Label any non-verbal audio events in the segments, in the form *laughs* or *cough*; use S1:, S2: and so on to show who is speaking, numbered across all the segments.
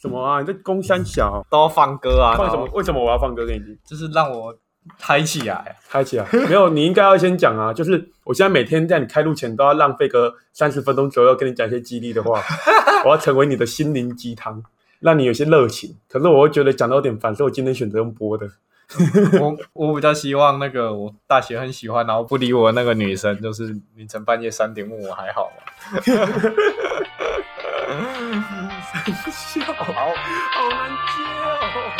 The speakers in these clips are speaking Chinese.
S1: 什么啊？你在攻三小？
S2: 都要放歌啊，
S1: 放什
S2: 然
S1: 么
S2: 后？
S1: 为什么我要放歌给你听？
S2: 就是让我嗨起 *laughs* 来。啊
S1: 开啊起来 *laughs* 没有？你应该要先讲啊，就是我现在每天在你开录前都要浪费个三十分钟左右，跟你讲一些激励的 *laughs* 话，我要成为你的心灵鸡汤，让你有些热情。可是我会觉得讲到有点烦，所以我今天选择用播的。
S2: 我我比较希望那个我大学很喜欢，然后不理我的那个女生，就是凌晨半夜三点问我还好吗？
S1: 笑，好
S2: 好，
S1: 难接哦。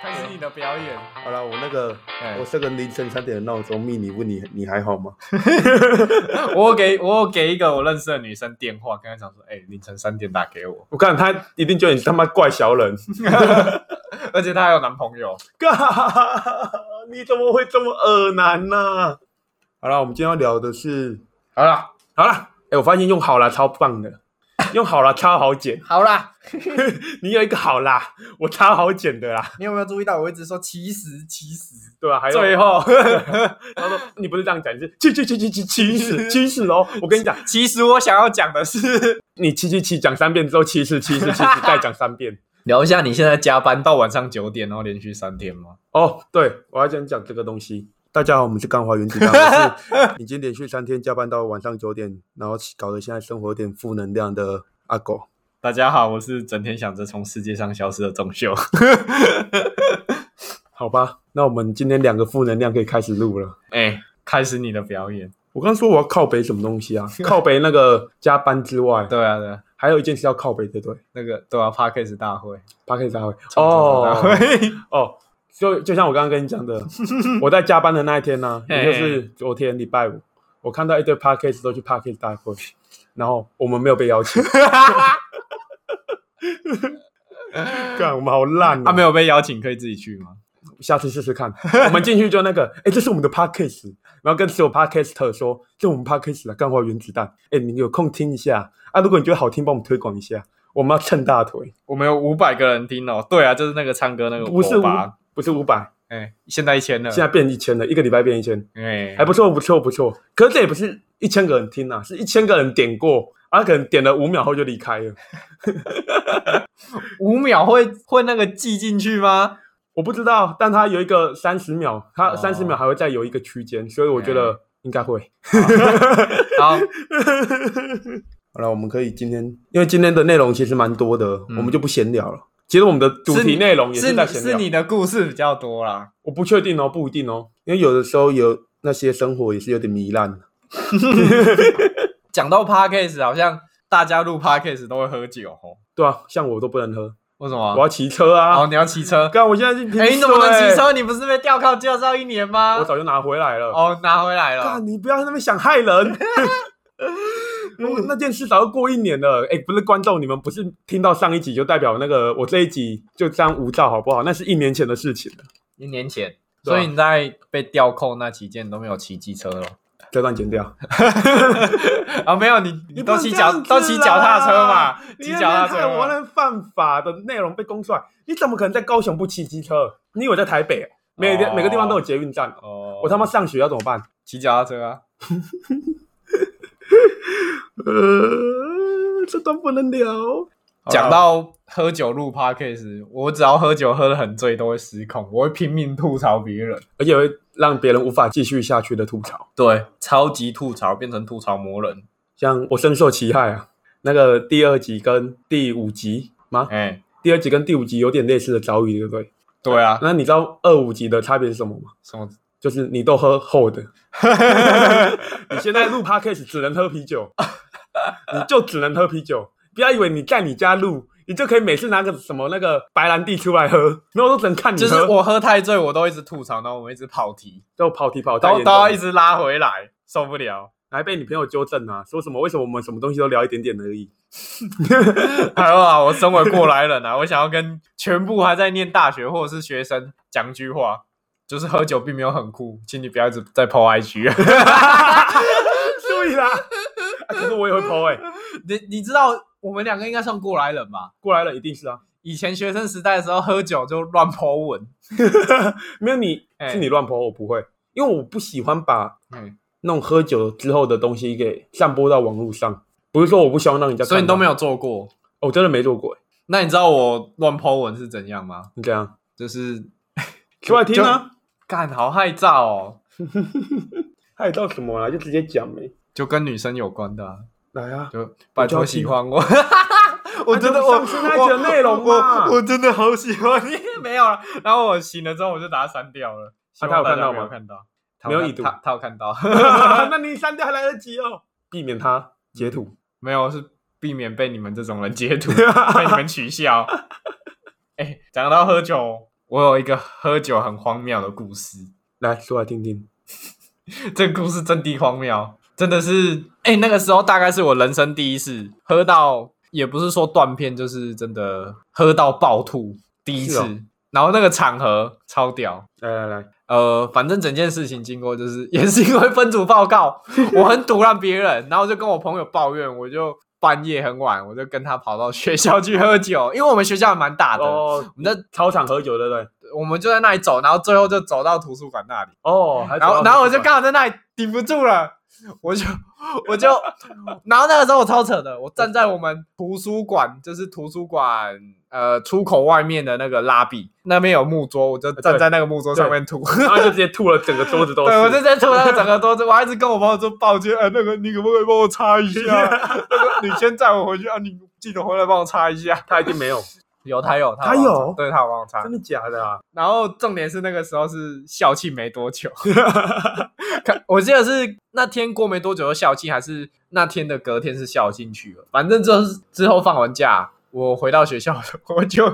S2: 开始你的表演。
S1: *laughs* 好了，我那个
S2: 哎
S1: 我设个凌晨三点的闹钟，密你问你你还好吗？
S2: 我有给我有给一个我认识的女生电话，跟她讲说，哎、凌晨三点打给我， *laughs*
S1: 我看他一定觉得你他妈怪小人，
S2: 而且她还有男朋友。
S1: *laughs* 嘎，你怎么会这么恶男呢、好了，我们今天要聊的是，
S2: 好啦，
S1: 好了，哎、我发现用好啦超棒的，用好啦超好剪， *laughs*
S2: 好啦，
S1: 你有一个好啦，我超好剪的啦，
S2: 你有没有注意到我一直说其实其实，
S1: 对吧、啊还有
S2: 最后
S1: *laughs*
S2: *laughs*
S1: 他说你不是这样讲，你是七七七七七七死七死哦！我跟你讲，
S2: 其实我想要讲的是，
S1: 你七七七讲三遍之后，七死七死七
S2: *laughs*
S1: 死再讲三遍。
S2: 聊一下你现在加班到晚上九点，然后连续三天吗？
S1: 哦，对，我要先讲这个东西。大家好，我们是干花原子弹，我是已经连续三天加班到晚上九点，然后搞得现在生活有点负能量的阿狗。
S2: 大家好，我是整天想着从世界上消失的钟 *laughs* 秀。
S1: 好吧，那我们今天两个负能量可以开始录了。
S2: 哎、开始你的表演。
S1: 我刚说我要靠北什么东
S2: *laughs*
S1: 西啊？靠北那个加班之外，
S2: 对啊，对啊，
S1: 还有一件事要靠北，对不对？
S2: 那个对啊 p a r k a s 大会，
S1: 他可以再会
S2: 大
S1: 哦
S2: 会，
S1: 哦，就就像我刚刚跟你讲
S2: *laughs*
S1: 的，我在加班的那一天呢、也就
S2: 嘿
S1: 是昨天礼拜五，我看到一堆 p a r k a s 都去 p a r k a s 大会，然后我们没有被邀
S2: *laughs*
S1: 请。干，我们好烂
S2: 他、
S1: 啊！
S2: 没有被邀请，可以自己去吗？
S1: 下次试试看。我们进去就那个，哎、这是我们的 podcast，然后跟所有 podcaster 说，这是我们 podcast 的干花原子弹。哎、你有空听一下啊？如果你觉得好听，帮我们推广一下。我们要蹭大腿，
S2: 我们有五百个人听哦。对啊，就是那个唱歌那个
S1: 不是
S2: 欧
S1: 五
S2: 巴，
S1: 不是五百，
S2: 哎、现在一千了
S1: 现，在变一千了，一个礼拜变一千，
S2: 哎、
S1: 还不错，不错，不错。可是这也不是一千个人听啊，是一千个人点过，啊，可能点了五秒后就离开了。
S2: 五秒会会那个记进去吗？
S1: 我不知道，但它有一个三十秒，它
S2: 哦
S1: 三十秒还会再有一个区间，所以我觉得应该会。
S2: 好，
S1: 好了，我们可以今天，因为今天的内容其实蛮多的，
S2: 嗯
S1: 我们就不闲聊了。其实我们的主
S2: 是你
S1: 题内容也
S2: 是
S1: 在
S2: 你
S1: 闲
S2: 是
S1: 聊，
S2: 你的故事比较多啦。
S1: 我不确定哦，不一定哦，因为有的时候有那些生活也是有点糜烂。
S2: 讲到 p a r k a s 好像大家录 p a r k a s 都会喝酒哦。
S1: 对啊，像我都不能喝，
S2: 为什
S1: 我
S2: 么？
S1: 要骑车
S2: 哦，
S1: 啊！
S2: 你要骑车？
S1: 干，我现在是平
S2: 哎、你怎么能
S1: 水
S2: 骑？车？你不是被吊靠驾照一年吗
S1: 我？早就拿回来了。
S2: 哦，拿回来了
S1: 干，。你不要在那边想害人。 *laughs* 我那件事早就过一年了，哎、不是观众，你们不是听到上一集就代表那个我这一集就这样无照好不好？那是一年前的事情了，
S2: 一年前，
S1: 对啊
S2: 所以你在被吊扣那期间你都没有骑机车了
S1: 这段剪掉。
S2: *laughs* 啊？没有，你
S1: 你
S2: 你
S1: 不能
S2: 都骑
S1: 这样
S2: 脚
S1: 子啦啊
S2: 都骑脚踏车嘛？骑脚踏
S1: 你那边
S2: 车
S1: 害我
S2: 嘛？
S1: 那犯法的内容被公出来，你怎么可能在高雄不骑机车？你以为在台北哦？每个、
S2: 哦
S1: 每个地方都有捷运站哦，
S2: 哦
S1: 我他妈上学要怎么办？
S2: 骑脚踏车啊！
S1: 呃，这段不能聊。
S2: 讲到喝酒录 podcast，我只要喝酒喝得很醉都会失控，我会拼命吐槽别人，
S1: 而且会让别人无法继续下去的吐槽。
S2: 对，超级吐槽变成吐槽魔人。
S1: 像我深受其害啊，那个第二集跟第五集吗？
S2: 哎、
S1: 第二集跟第五集有点类似的遭遇，对不对？
S2: 对啊，
S1: 那你知道二五集的差别是什么吗？
S2: 什么？
S1: 就是你都喝厚的， *laughs* 你现在录 podcast 只能喝啤酒，你就只能喝啤酒。不要以为你在你家录，你就可以每次拿个什么那个白兰地出来喝，然后都只能看你
S2: 就是
S1: 喝，
S2: 我喝太醉，我都一直吐槽，然后我一直跑题，
S1: 就跑题跑太
S2: 都
S1: 严
S2: 都要一
S1: 重，
S2: 直拉回来，受不了。 *laughs*
S1: 还被你朋友纠正啊，说什么为什么我们什么东西都聊一点点而已。 *laughs*
S2: 还有啊，我身为过来人啊，我 *laughs* 想要跟全部还在念大学或者是学生讲一句话，就是喝酒并没有很酷，请你不要一直在 PO IG。
S1: 对啦，啊可是我也会抛哎、
S2: *laughs* 你你知道我们两个应该算过来人吧？
S1: 过来了一定是啊，
S2: 以前学生时代的时候，喝酒就乱 PO 文，
S1: 没有你
S2: 哎
S1: 是你乱抛，我不会，因为我不喜欢把
S2: 嗯，
S1: 弄喝酒之后的东西给散播到网络上。不是说我不希望让人家看到，
S2: *laughs* 所以你都没
S1: 有，
S2: 有做过。
S1: 我真的没做过、欸。
S2: 那你知道我乱 Po 文是怎样吗？
S1: 你这样
S2: 就是
S1: 出来听啊？
S2: 干好害臊哦，
S1: 害哎到什么啦？就直接讲没、
S2: 就跟女生有关的、啊，
S1: 来啊！
S2: 就拜托喜欢我。我真的
S1: 那就
S2: 我
S1: 上次那一集的内容嘛
S2: 我我真的好喜欢你，没有了。然后我醒了之后我就把它删掉了。希望
S1: 啊他有看
S2: 大家
S1: 到
S2: 没有
S1: 吗
S2: 看到，
S1: 没有
S2: 他
S1: 已读
S2: 他他有看到，
S1: *laughs* 那你删掉还来得及哦，避免他截图。
S2: *laughs* 没有是避免被你们这种人截
S1: *laughs*
S2: 图，被你们取笑。哎、讲到喝酒，我有一个喝酒很荒谬的故事。
S1: 来说来听听。
S2: 这个故事真的荒谬，真的是，哎、那个时候大概是我人生第一次喝到，也不是说断片，就是真的喝到爆吐，第一次。
S1: 是哦
S2: 然后那个场合超屌，
S1: 来来来，
S2: 呃，反正整件事情经过就是 *laughs* 也是因为分组报告，我很堵烂别人，然后就跟我朋友抱怨，我就半夜很晚，我就跟他跑到学校去喝酒，因为我们学校还蛮大的，
S1: 哦，
S2: 我们在
S1: 操场喝酒对不对？
S2: 我们就在那里走，然后最后就走到图书馆那里。
S1: 哦，还
S2: 嗯然后
S1: 走到
S2: 然后我
S1: 图
S2: 就
S1: 书
S2: 刚好在那里顶不住了，我就我 *laughs* 就，然后那个时候我超扯的，我站在我们图书馆，就是图书馆呃出口外面的那个拉比那边有木桌，我就站在那个木桌上面
S1: *laughs*
S2: 吐。
S1: 馆，然后就直接吐了，整个桌子都是。
S2: *laughs* 对，我就在吐那个整个桌子，我还一直跟我朋友说抱歉，哎，那个你可不可以帮我擦 *laughs* 一下？那个你先载我回去啊，你记得回来帮我擦一下。
S1: 他一定
S2: *laughs*
S1: 没有，
S2: 有，他有，
S1: 他
S2: 帮我
S1: 有
S2: 擦对他有帮我擦。
S1: 真的假的啊？
S2: 然后重点是那个时候是校庆没多久， *laughs* 看我记得是那天过没多久就校庆，还是那天的隔天是校庆去了。反正就是之后放完假，我回到学校，我就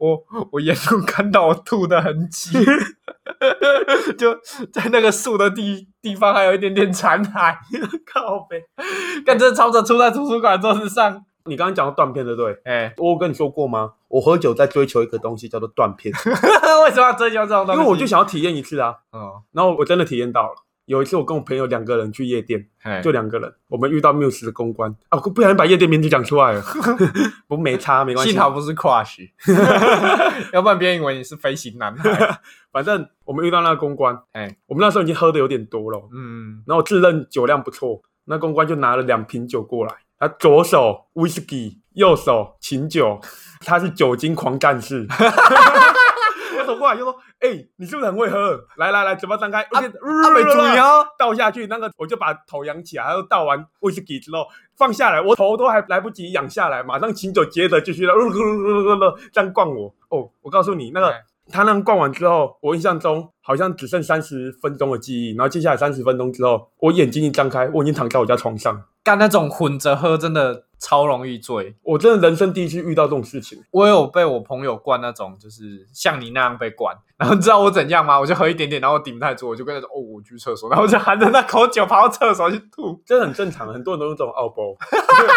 S2: 我我严重看到我吐的痕迹， *laughs* 就在那个树的地地方还有一点点残骸，
S1: 靠背，
S2: 但真的超着吐在图书馆桌子上。
S1: 你刚刚讲到断片对不对？
S2: 哎、 *laughs*
S1: 我有跟你说过吗？我喝酒在追求一个东西叫做断
S2: *laughs*
S1: 片，
S2: 为什么要追求这种东
S1: 因
S2: 西？
S1: 为我就想要体验一次啊。
S2: 哦，
S1: 然后我真的体验到了。有一次我跟我朋友两个人去夜店，
S2: 嘿
S1: 就两个人，我们遇到 Muse 的公关啊，我不小心把夜店名字讲出来了，
S2: *laughs*
S1: 不没差没关系。
S2: 幸好不是 *laughs* crush，要不然别人以为你是飞行男 *laughs* 孩。
S1: 反正我们遇到那个公关，
S2: 哎
S1: 我们那时候已经喝的有点多了，
S2: 嗯，
S1: 然后我自认酒量不错，那公关就拿了两瓶酒过来，他左手 whisky，右手琴酒，他是酒精狂战士。我走过来就说：“哎、你是不是很会喝？来来来，嘴巴张开，而且
S2: 阿美主要
S1: 倒下去，那个我就把头仰起来，然后倒完威士忌之后放下来，我头都还来不及仰下来，马上琴酒接着继续了，这样灌我。哦，我告诉你，那个
S2: 哎
S1: 他那样灌完之后，我印象中好像只剩三十分钟的记忆，然后接下来三十分钟之后，我眼睛一张开，我已经躺在我家床上，
S2: 干那种混着喝真的超容易醉。
S1: 我真的人生第一次遇到这种事情。
S2: 我有被我朋友灌那种，就是像你那样被灌，然后你知道我怎样吗？我就喝一点点，然后我顶不太住，我就跟他说：“哦，我去厕所。”然后我就含着那口酒跑到厕所去吐。
S1: 这很正常，很多人都用这种奥博， *laughs*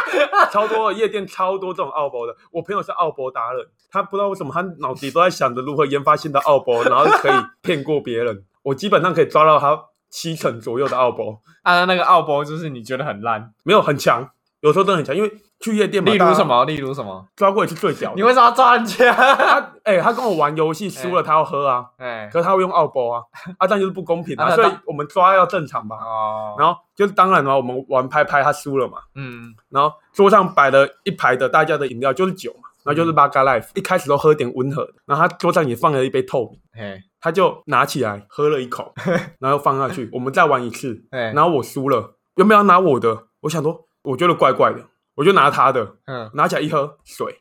S1: 超多的夜店超多这种奥博的。我朋友是奥博达人，他不知道为什么他脑子里都在想着如何研发新的奥博，然后可以骗过别人。我基本上可以抓到他七成左右的奥博，
S2: 啊，那个奥博就是你觉得很烂，
S1: 没有很强，有时候真的很强，因为去夜店嘛，
S2: 例
S1: 大
S2: 如
S1: 家
S2: 什么？例如什么？
S1: 抓过一次最屌
S2: 你
S1: 的。
S2: 为啥要抓人家？
S1: 他哎、他跟我玩游戏输了，他要喝啊，
S2: 哎，
S1: 可是他会用奥博
S2: *laughs*
S1: 啊，啊这样就是不公平
S2: 啊
S1: 啊，
S2: 那
S1: 所以
S2: 当
S1: 我们抓要正常吧。
S2: 哦，
S1: 然后就是当然了，我们玩拍拍他输了嘛，
S2: 嗯，
S1: 然后桌上摆了一排的大家的饮料，就是酒嘛，然后就是 b a g a Life，、一开始都喝点温和的，然后他桌上也放了一杯透明，
S2: 嘿，
S1: 他就拿起来喝了一
S2: *laughs*
S1: 口，然后又放下去，我们再玩一次，
S2: 哎，
S1: 然后我输了，原本要拿我的，我想说我觉得怪怪的，我就拿他的，
S2: *laughs* 嗯，
S1: 拿起来一喝水，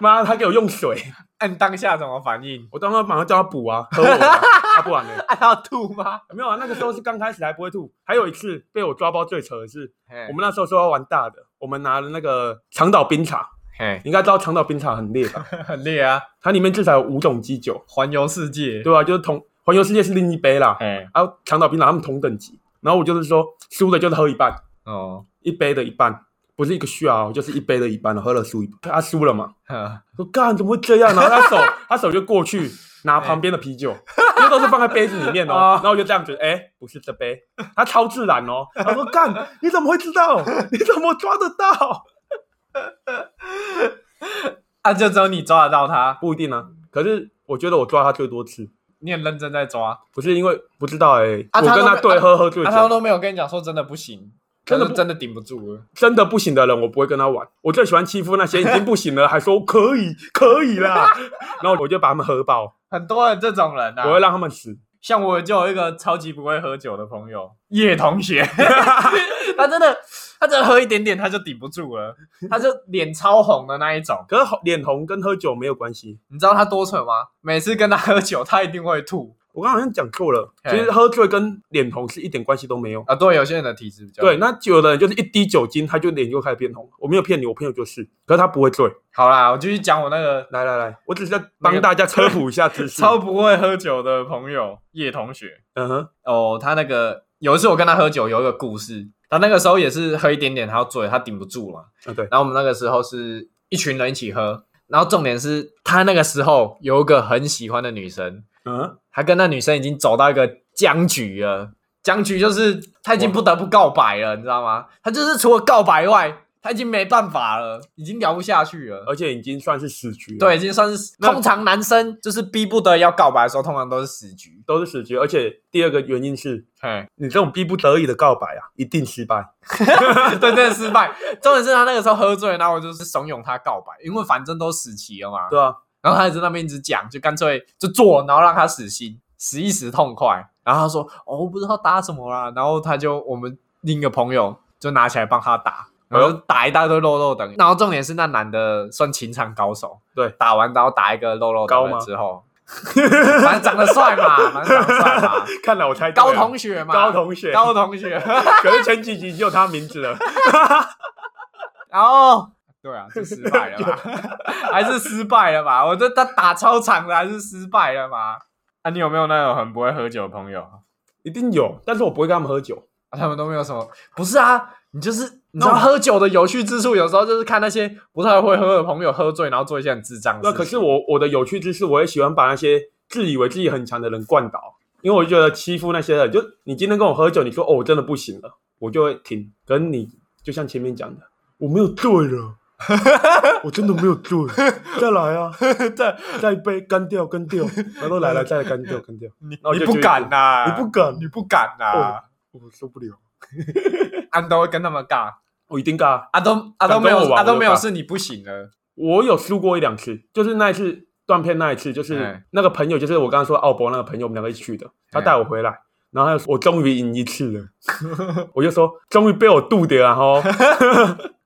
S1: 妈，他给我用水，
S2: 按当下怎么反应？
S1: 我当时马上叫他补啊，喝我的啊，他、不玩了、
S2: 按到吐吗？
S1: 没有啊，那个时候是刚开始还不会吐，还有一次被我抓包最扯的是，
S2: 嘿
S1: 我们那时候说要玩大的，我们拿了那个长岛冰茶。
S2: 嘿，
S1: 你应该知道长岛冰茶很烈吧？
S2: *laughs* 很烈啊，
S1: 它里面至少有五种基酒，
S2: 环游世界。
S1: 对吧、啊就是同环游世界是另一杯啦，
S2: 哎，
S1: 然后长岛冰茶他们同等级。然后我就是说，输的就是喝一半，
S2: 哦，
S1: 一杯的一半，不是一个 s h 哦，就是一杯的一半，喝了输一半，他输了嘛。
S2: 呵
S1: 我说干怎么会这样？然后
S2: *laughs*
S1: 他手他手就过去拿
S2: 哎
S1: 旁边的啤酒，因为都是放在杯子里
S2: *laughs*
S1: 面哦。
S2: 啊
S1: 然后我就这样子，哎，不是这杯，他超自然哦。他说干你怎么会知道？你怎么抓得到？
S2: 啊，就只有你抓得到他。
S1: 不一定啊，可是我觉得我抓他最多次。
S2: 你很认真在抓，
S1: 不是因为不知道哎、
S2: 啊
S1: 我
S2: 他
S1: 跟
S2: 都
S1: 他
S2: 没
S1: 对
S2: 啊
S1: 喝喝醉
S2: 啊、
S1: 酒，
S2: 他们都没有跟你讲说真的不行，
S1: 真的
S2: 可
S1: 不
S2: 是真的顶不住了。
S1: 真的不行的人，我不会跟他玩。我最喜欢欺负那些已经不行了，还说哦可以可以
S2: *laughs*
S1: 啦，然后我就把他们喝爆，
S2: 很多人这种人啊，
S1: 我会让他们死。
S2: 像我就有一个超级不会喝酒的朋友叶
S1: *laughs*
S2: 同学，他真的他真的喝一点点他就顶不住了，他就脸超红的那一种。
S1: 可是红脸红跟喝酒没有关系。
S2: 你知道他多蠢吗？每次跟他喝酒，他一定会吐
S1: 我刚刚好像讲错了，
S2: 嘿
S1: 其实喝醉跟脸红是一点关系都没有。
S2: 啊。对，有些人的体质比较
S1: 对，。那有的人就是一滴酒精，他就脸就开始变红。我没有骗你，我朋友就是，可是他不会醉。
S2: 好啦，我继续讲我那个
S1: 来来来，我只是在
S2: 那
S1: 帮
S2: 个
S1: 大
S2: *laughs*
S1: 家科普一下知识。
S2: 超不会喝酒的朋友叶同学。
S1: 嗯哼，
S2: 哦，他那个有一次我跟他喝酒，有一个故事。他那个时候也是喝一点点，他要醉，他顶不住了。
S1: 啊对，
S2: 然后我们那个时候是一群人一起喝，然后重点是他那个时候有一个很喜欢的女生，
S1: 嗯哼，
S2: 他跟那女生已经走到一个僵局了。僵局就是他已经不得不告白了，你知道吗？他就是除了告白外，他已经没办法了，已经聊不下去了。
S1: 而且已经算是死局了。
S2: 对，已经算是
S1: 那
S2: 通常男生就是逼不得已要告白的时候，通常都是死局。
S1: 都是死局，而且第二个原因是
S2: 嘿，
S1: 你这种逼不得已的告白啊，一定失败。
S2: *laughs* 对，真的失败。重点是他那个时候喝醉，然后我就是怂恿他告白，因为反正都死期了嘛。
S1: 对啊，
S2: 然后他在那边一直讲，就干脆就做，然后让他死心，死一死痛快。然后他说：“哦，我不知道打什么啦。”然后他就我们另一个朋友就拿起来帮他打，然后就
S1: 嗯
S2: 打一大堆肉肉等。然后重点是那男的算情场高手，
S1: 对
S2: 打完然后打一个肉肉
S1: 高
S2: 等
S1: 吗
S2: 了之后， *laughs* 反正长得帅嘛，反正长得帅嘛，
S1: 看来我猜对
S2: 高
S1: 了
S2: 同学嘛，
S1: 高同学，
S2: 高同学。 *laughs*
S1: 可是前几集就有他名字了，
S2: 然后对啊，就失败了
S1: *laughs*
S2: 吧， *laughs* 还是失败了吧？我这他打超长的，还是失败了嘛？啊，你有没有那种很不会喝酒的朋友？
S1: 一定有，但是我不会跟他们喝酒。
S2: 啊、他们都没有什么，不是啊？你就是你
S1: 那
S2: 知道
S1: 我
S2: 喝酒的有趣之处，有时候就是看那些不太会喝的朋友喝醉，然后做一些很智障的
S1: 那
S2: 事情。
S1: 可
S2: *laughs*
S1: 是我我的有趣之处，我也喜欢把那些自以为自己很强的人灌倒，因为我就觉得欺负那些人，就你今天跟我喝酒，你说哦我真的不行了，我就会停。可是你就像前面讲的，我没有醉 *laughs* 了。我真的没有醉，再来啊！再再一杯干掉干掉，然后来来再来干掉干掉， *laughs*
S2: 你
S1: 那我
S2: 你
S1: 就
S2: 不敢呐、
S1: 你不敢，
S2: 你不敢呐、啊
S1: 哦！我受不了，
S2: 安、啊都会跟他们尬，
S1: 我哦一定尬。
S2: 啊都啊都
S1: 敢跟
S2: 没
S1: 我
S2: 有
S1: 玩
S2: 啊都
S1: 我就
S2: 没有
S1: 尬
S2: 是你不行了。
S1: 我有输过一两次，就是那一次断片那一次，就是
S2: 哎
S1: 那个朋友，就是我刚刚说奥博那个朋友，我们两个一起去的，他带我回来，然后他就说我终于赢一次了， *laughs* 我就说终于被我渡掉了
S2: *laughs*
S1: 吼，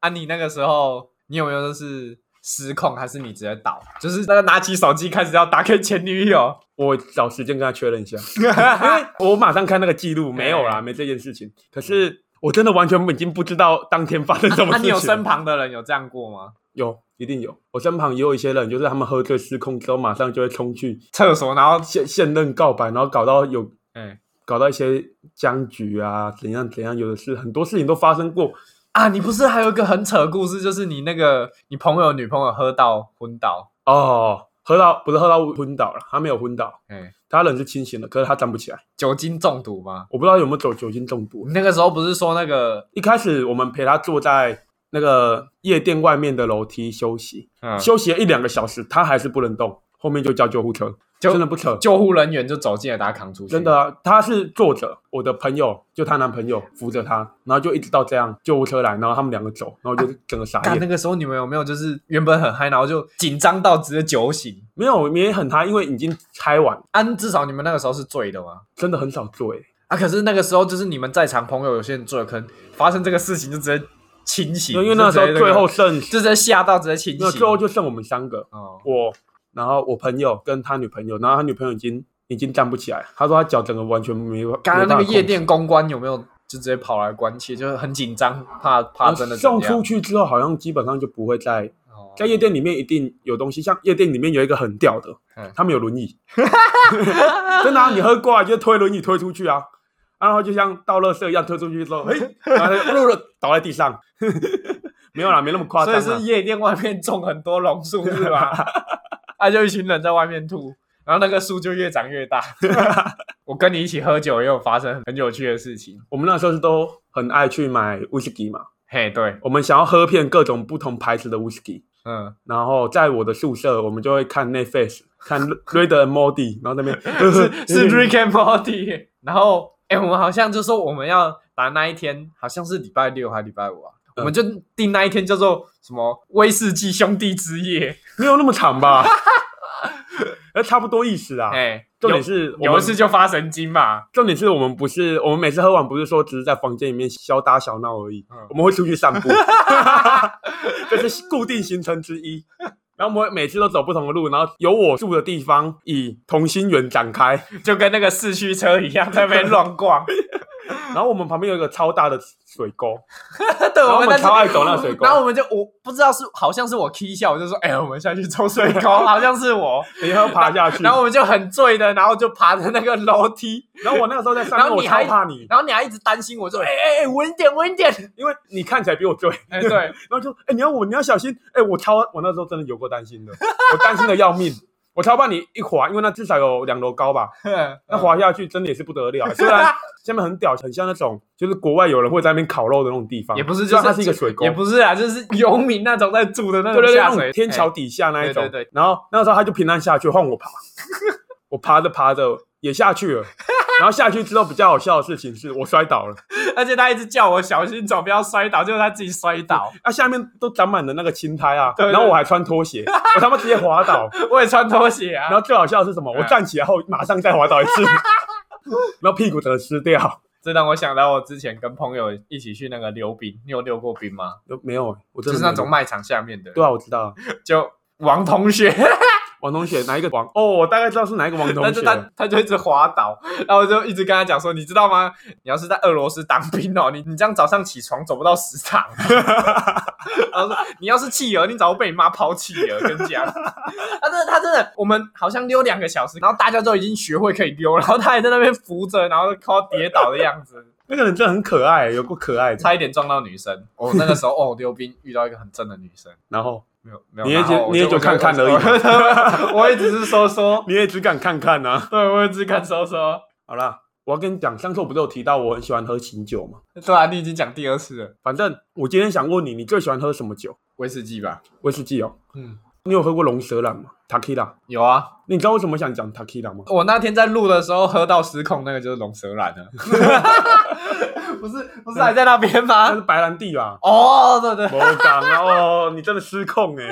S2: 啊，你那个时候你有没有就是失控，还是你直接倒？就是那个拿起手机开始要打给前女
S1: *laughs*
S2: 友，
S1: 我找时间跟他确认一下， *laughs* 因为我马上看那个记录，没有啦，
S2: 哎
S1: 没这件事情，可是我真的完全已经不知道当天发生什么
S2: *laughs* 那、
S1: 事
S2: 啊你
S1: 情
S2: 有
S1: 了，
S2: 身旁的人有这样过吗？
S1: 有一定有，我身旁也有一些人，就是他们喝醉失控之后，马上就会冲去
S2: 厕所，然后
S1: 现现任告白，然后搞到有
S2: 哎
S1: 搞到一些僵局啊，怎样怎样，有的是很多事情都发生过。
S2: 啊，你不是还有一个很扯的故事，就是你那个你朋友女朋友喝到昏倒，
S1: 哦，喝到不是喝到昏倒了，他没有昏倒，
S2: 哎，
S1: 他人是清醒的，可是他站不起来。
S2: 酒精中毒吗？
S1: 我不知道有没有走酒精中毒
S2: 你。那个时候不是说那个
S1: 一开始我们陪他坐在那个夜店外面的楼梯休息，
S2: 嗯
S1: 休息了一两个小时，他还是不能动，后面就叫救护车，
S2: 就嗯
S1: 真的不扯。
S2: 救护人员就走进来把他扛出去？
S1: 真的、啊，他是坐着，我的朋友就她男朋友扶着她，然后就一直到这样救护车来，然后他们两个走，然后就整个傻眼
S2: 干。那个啊时候你们有没有就是原本很嗨，然后就紧张到直接酒醒？
S1: 没有，也很嗨，因为已经拆完，
S2: 啊，至少你们那个时候是醉的吗？
S1: 真的很少做欸
S2: 啊，可是那个时候就是你们在场朋友有些人醉了，可能发生这个事情就直接清醒，
S1: 因为那时
S2: 就
S1: 候
S2: 直接那
S1: 最
S2: 个
S1: 后剩，
S2: 就直接吓到直接清
S1: 没有
S2: 醒。
S1: 最后就剩我们三个，
S2: 哦，
S1: 我，然后我朋友跟他女朋友，然后他女朋友已经已经站不起来，他说他脚整个完全没办法。
S2: 刚刚那个
S1: 没办法
S2: 夜店公关有没有就直接跑来关切，就是很紧张，怕怕
S1: 控制
S2: 真的怎
S1: 送
S2: 样
S1: 出去之后，好像基本上就不会再
S2: 哦
S1: 在夜店里面一定有东西，像夜店里面有一个很屌的
S2: 嗯，
S1: 他们有轮椅，真的、啊，你喝过来就推轮椅推出去啊，然后就像倒垃圾一样推出去之后，嘿，然后他就倒在地上， *laughs* 没有啦，没那么夸张啊
S2: 所
S1: 啦。
S2: 以是夜店外面种很多榕树是 *laughs* 吧？啊，就一群人在外面吐，然后那个树就越长越 *laughs* 大。我跟你一起喝酒也有发生很有趣的事情。
S1: 我们那时候是都很爱去买 whisky 嘛，
S2: 嘿，对，
S1: 我们想要喝遍各种不同牌子的 whisky，
S2: 嗯，
S1: 然后在我的宿舍，我们就会看 Netflix，看 Red and Mody，然后那 *laughs* 边
S2: *laughs*
S1: *laughs*
S2: 是是 Rick and Morty。然后，哎、我们好像就说我们要打那一天，好像是礼拜六还是礼拜五啊？
S1: 嗯
S2: 我们就定那一天叫做什么威士忌兄弟之夜。
S1: 没有那么长吧？
S2: *laughs*
S1: 那差不多意思啊。
S2: 哎、
S1: 重
S2: 有
S1: 点是我
S2: 有
S1: 们
S2: 一次就发神经嘛。
S1: 重点是我们不是我们每次喝完不是说只是在房间里面小打小闹而已，
S2: 嗯
S1: 我们会出去散
S2: *laughs*
S1: 步，这是固定行程之一。然后我们每次都走不同的路，然后由我住的地方以同心圆展开，
S2: 就跟那个四驱车一样，在那边
S1: *laughs*
S2: 乱逛。 *laughs*
S1: 然后我们旁边有一个超大的水沟，
S2: 对，
S1: 然后我
S2: 在
S1: 们超爱走那水沟
S2: 然后我们就我不知道是好像是我 K 笑，我就说，哎、我们下去抽水沟，好像
S1: *laughs*
S2: 是我。
S1: 你要爬下去。
S2: *laughs* 然后我们就很醉的，然后就爬着那个楼梯，
S1: 然后我那个时候在上
S2: 然
S1: 面，
S2: 后
S1: 我
S2: 你
S1: 超
S2: 还
S1: 怕你，
S2: 然后你还一直担心我说，哎哎哎，稳一点，稳一点。
S1: 因为你看起来比我醉。
S2: 哎、
S1: *laughs*
S2: 对，
S1: 然后就哎、你要我你要小心，哎、我超我那时候真的有过担心的， *laughs* 我担心的要命， *laughs* 我超怕你一滑，因为那至少有两楼高吧，
S2: 嗯
S1: 那滑下去真的也是不得
S2: *laughs*
S1: 了。虽然下面很屌，很像那种就是国外有人会在那边烤肉的那种地方，
S2: 也不是，
S1: 虽
S2: 就
S1: 然
S2: 是
S1: 它是一个水沟，
S2: 也不是啊，就是游民那种在住的那
S1: 对对对，
S2: 种
S1: 那
S2: 下
S1: 种
S2: 水
S1: 天桥
S2: 哎
S1: 底下那一种。
S2: 对对
S1: 然后那个时候他就平安下去，换我爬， *laughs* 我爬着爬着也下去了。然后下去之后比较好笑的事情是我摔倒了，
S2: 而且他一直叫我小心走，不要摔倒，结果他自己摔倒。
S1: 啊，下面都长满了那个青苔啊，
S2: 对对
S1: 然后我还穿拖鞋，我他妈直接滑倒。
S2: 我也穿拖鞋啊，
S1: 然后最好笑的是什么？我
S2: 嗯
S1: 站起来后马上再滑倒一次， *laughs* 然后屁股整个湿掉。
S2: 这让我想到我之前跟朋友一起去那个溜冰，你有溜过冰吗？
S1: 没有，欸我
S2: 就
S1: 真的
S2: 是那
S1: 没有
S2: 种卖场下面的，
S1: 对啊，我知道
S2: 就王同学，
S1: 王同学哪一个王？哦，我大概知道是哪一个王同
S2: 但
S1: 学
S2: 是。他他就一直滑倒，然后我就一直跟他讲说，你知道吗？你要是在俄罗斯当兵哦，你你这样早上起床走不到食堂， *laughs* 然后说你要是弃儿，你早就被你妈抛弃了，跟你讲。 *laughs* 他真的他真的，我们好像溜两个小时，然后大家都已经学会可以溜，然后他还在那边扶着，然后靠跌倒的样子，
S1: 那个人真的很可爱，有够可爱的。
S2: 差一点撞到女生。我、那个时候哦，溜冰遇到一个很正的女生。
S1: 然后
S2: 没有，没有，
S1: 你也
S2: 然后
S1: 就
S2: 我
S1: 你也就
S2: 我
S1: 看看而已
S2: 我我也只是说 *laughs* 说，
S1: 你也只敢看看啊。
S2: 对我也只敢说说。
S1: 好啦，我要跟你讲，上次我不是有提到我很喜欢喝琴酒嘛？
S2: *laughs* 对啊，你已经讲第二次了，
S1: 反正我今天想问你，你最喜欢喝什么酒？
S2: 威士忌吧？
S1: 威士忌哦。
S2: 嗯，
S1: 你有喝过龙舌兰吗？Takila。
S2: 有啊。
S1: 你知道为什么想讲 Takila 吗？
S2: 我那天在录的时候喝到失控，那个就是龙舌兰 *laughs* 了。不是，不是还在那边
S1: 它
S2: 吗
S1: 是？白兰地啦。
S2: 哦，对对，
S1: 我讲啊， *laughs* 哦，你真的失控哎、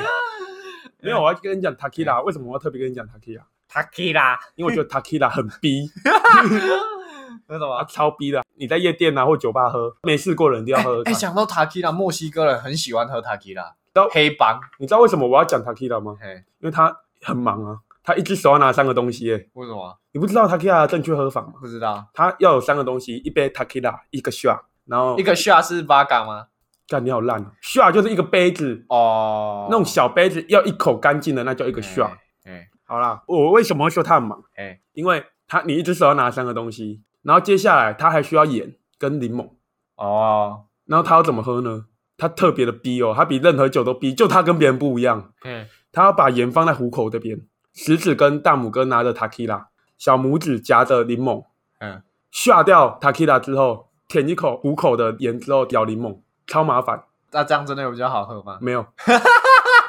S1: 没有，我要跟你讲 Takila，为什么我要特别跟你讲 Takila？
S2: 塔 K 啦，
S1: 因为我觉得 Takila 很逼， *laughs*
S2: 那什
S1: 啊，
S2: 么？
S1: 超逼的。你在夜店啊或酒吧喝，没试过的人一定要喝。
S2: 哎，想到塔 K 啦，墨西哥人很喜欢喝塔 K 啦
S1: 都，
S2: 黑帮。
S1: 你知道为什么我要讲 Takila 吗？
S2: 嘿，
S1: 因为他很忙啊，他一只手要拿三个东西、欸。
S2: 为什么？
S1: 你不知道 Takila 的正确喝法吗？
S2: 不知道。
S1: 他要有三个东西：一杯 Takila，一个 shot，然后
S2: 一个 shot 是 v a g a 吗？
S1: 干你好烂、啊、，shot 就是一个杯子，
S2: 哦，
S1: 那种小杯子要一口干净的，那叫一个 shot。
S2: 哎
S1: 好啦，我为什么会说他很忙？
S2: 哎，
S1: 因为他你一只手要拿三个东西，然后接下来他还需要盐跟柠檬，
S2: 哦，
S1: 然后他要怎么喝呢？他特别的逼哦，他比任何酒都逼，就他跟别人不一样，
S2: 嗯，
S1: 他要把盐放在虎口这边，食指跟大拇哥拿着 takila，小拇指夹着柠檬，
S2: 嗯，
S1: 下掉 takila 之后，舔一口虎口的盐之后咬柠檬，超麻烦，
S2: 那这样真的有比较好喝吗？
S1: 没有。 *laughs*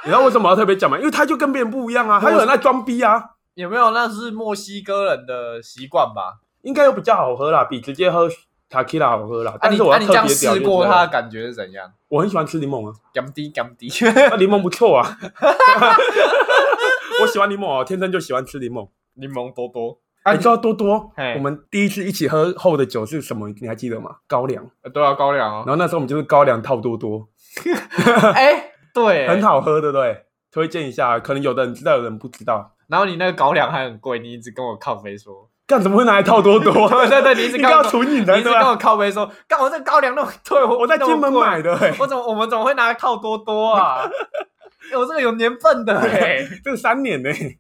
S1: 你知道为什么要特别讲吗？因为他就跟别人不一样啊，他有人在装逼啊。
S2: 有没有？那是墨西哥人的习惯吧？
S1: 应该有比较好喝啦，比直接喝 Takila 好喝啦。
S2: 啊
S1: 但
S2: 你，
S1: 是我
S2: 啊，
S1: 要
S2: 你
S1: 特
S2: 这
S1: 别
S2: 样
S1: 表现
S2: 试过
S1: 出来
S2: 它的感觉是怎样？
S1: 我很喜欢吃柠檬啊，
S2: 甘滴甘滴，
S1: 那柠檬不错啊。 *laughs* 我喜欢柠檬哦，天生就喜欢吃柠檬。
S2: *laughs* 柠檬多多。
S1: 哎、
S2: 啊
S1: 你知道多多
S2: 嘿，
S1: 我们第一次一起喝后的酒是什么？你还记得吗？高粱。
S2: 呃对啊，高粱
S1: 然
S2: 哦。
S1: 后那时候我们就是高粱套多多，
S2: *laughs* 哎，对，
S1: 很。好喝，对不对？推荐一下，可能有的人知道，有的人不知道。
S2: 然后你那个高粱还很贵，你一直跟我靠背说，
S1: 干怎么会拿来套多多？
S2: *laughs*
S1: *laughs*
S2: 对对对你一直
S1: 应
S2: 告
S1: 该要
S2: 诉我
S1: 纯饮
S2: 你
S1: 才
S2: 一直
S1: 对
S2: 跟我
S1: 吧？
S2: 靠背说，干我这高粱那么 *laughs* 对我
S1: 我在金门买
S2: 的，
S1: 的、欸，
S2: 我怎么我们怎么会拿来靠多多 *laughs* 啊？哎我这个有年份的哎。
S1: *laughs* 这个三年呢、欸，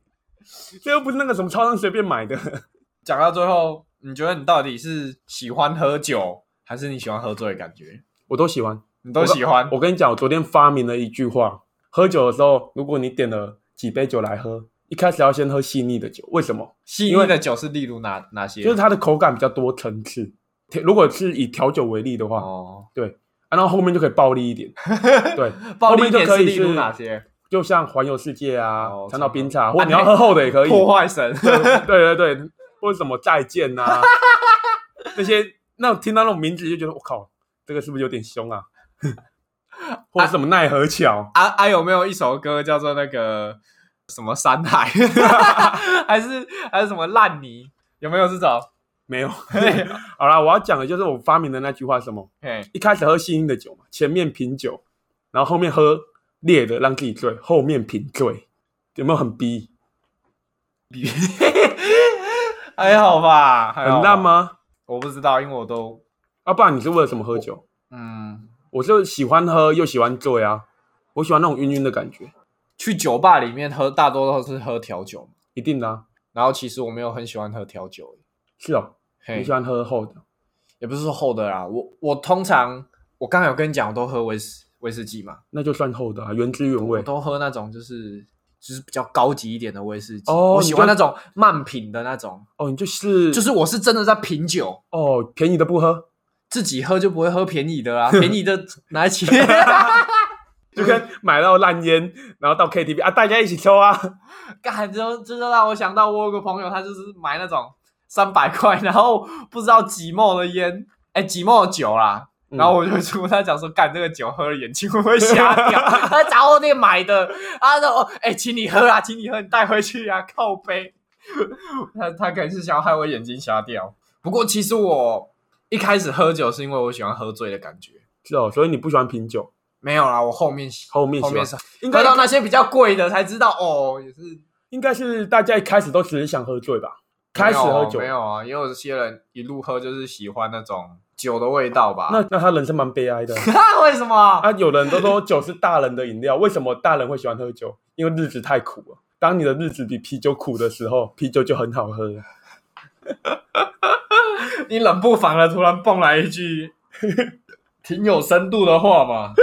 S1: 这又不是那个什么超商随便买的。
S2: *laughs*
S1: *laughs*
S2: 讲到最后，你觉得你到底是喜欢喝酒，还是你喜欢喝醉的感觉？
S1: 我都喜欢。
S2: 你都喜欢。
S1: 我跟你讲，我昨天发明了一句话：喝酒的时候，如果你点了几杯酒来喝，一开始要先喝细腻的酒。为什么？
S2: 细腻的酒是例如哪哪些？
S1: 就是它的口感比较多层次。调如果是以调酒为例的话，
S2: 哦， *laughs*
S1: 啊然后后面就可以暴力一点。对，
S2: 暴
S1: 后
S2: 力
S1: 面
S2: 一
S1: 就
S2: 点
S1: 可
S2: 是
S1: 以
S2: 例如
S1: 是 *laughs*
S2: 哪些？
S1: 就像环游世界啊
S2: 哦，
S1: 长岛冰茶，
S2: 长
S1: 或
S2: 岛
S1: 者你要喝厚的也可以。
S2: 破坏神，
S1: *laughs* 对对对，或者什么再见呐、啊，那些那种听到那种名字就觉得我靠，这个是不是有点凶
S2: *laughs*
S1: 啊？或者什么奈何桥，
S2: *laughs* 啊啊！有没有一首歌叫做那个什么山海， *laughs* 还是还是什么烂泥？有没有这种？
S1: 没有。 *laughs* 好啦，我要讲的就是我发明的那句话是什么？
S2: 嘿， *laughs*
S1: 一开始喝新的酒嘛，前面品酒，然后后面喝烈的让自己醉，后面品醉，有没有很逼？
S2: 还好吧？很
S1: 很烂？吗？
S2: 我不知道，因为我都
S1: 啊，不然你是为了什么喝酒？
S2: 嗯
S1: 我就喜欢喝又喜欢醉啊，我喜欢那种晕晕的感觉，
S2: 去酒吧里面喝，大多都是喝调酒嘛。
S1: 一定的、啊。
S2: 然后其实我没有很喜欢喝调酒，
S1: 是哦，你
S2: 嘿
S1: 喜，欢喝厚的？
S2: 也不是说厚的啦。我我通常我刚才有跟你讲，我都喝威士威士忌嘛，
S1: 那就算厚的、啊，原汁原
S2: 我
S1: 味。
S2: 都喝那种就是就是比较高级一点的威士忌。
S1: 哦
S2: 我喜欢
S1: 你就
S2: 那种慢品的那种。
S1: 哦，你就是
S2: 就是我是真的在品酒，
S1: 哦，便宜的不喝，
S2: 自己喝就不会喝便宜
S1: *laughs*
S2: 的啦，便宜的拿来 *laughs* 起。
S1: 就跟买到烂烟，然后到 KTV 啊，大家一起抽啊。
S2: 干，就这就让我想到我有个朋友，他就是买那种三百块，然后不知道几毛的烟，哎、几毛的酒啦。
S1: 嗯
S2: 然后我就去跟他讲说，干这个酒喝了眼睛会不会瞎
S1: *laughs*
S2: 掉？他在杂货店买的，他说，哦哎、请你喝啊，请你喝，你带回去啊，靠杯。他他可能是想要害我眼睛瞎掉。不过其实我一开始喝酒是因为我喜欢喝醉的感觉，
S1: 是哦，所以你不喜欢品酒，
S2: 没有啦，我后面
S1: 后面喜
S2: 后面
S1: 欢
S2: 是
S1: 应
S2: 喝
S1: 该
S2: 到那些比较贵的才知道哦，也是
S1: 应该是大家一开始都只是想喝醉吧，开始喝酒
S2: 没有啊没。有啊，也有些人一路喝就是喜欢那种酒的味道吧。
S1: 那那他人生蛮悲哀的
S2: 那 *laughs* 为什么？
S1: 啊！有人都 *laughs* 说酒是大人的饮料，为什么大人会喜欢喝酒？因为日子太苦了。当你的日子比啤酒苦的时候，啤酒就很好喝了。
S2: 你冷不防的突然蹦来一句 *laughs* 挺有深度的
S1: *laughs*
S2: 话嘛？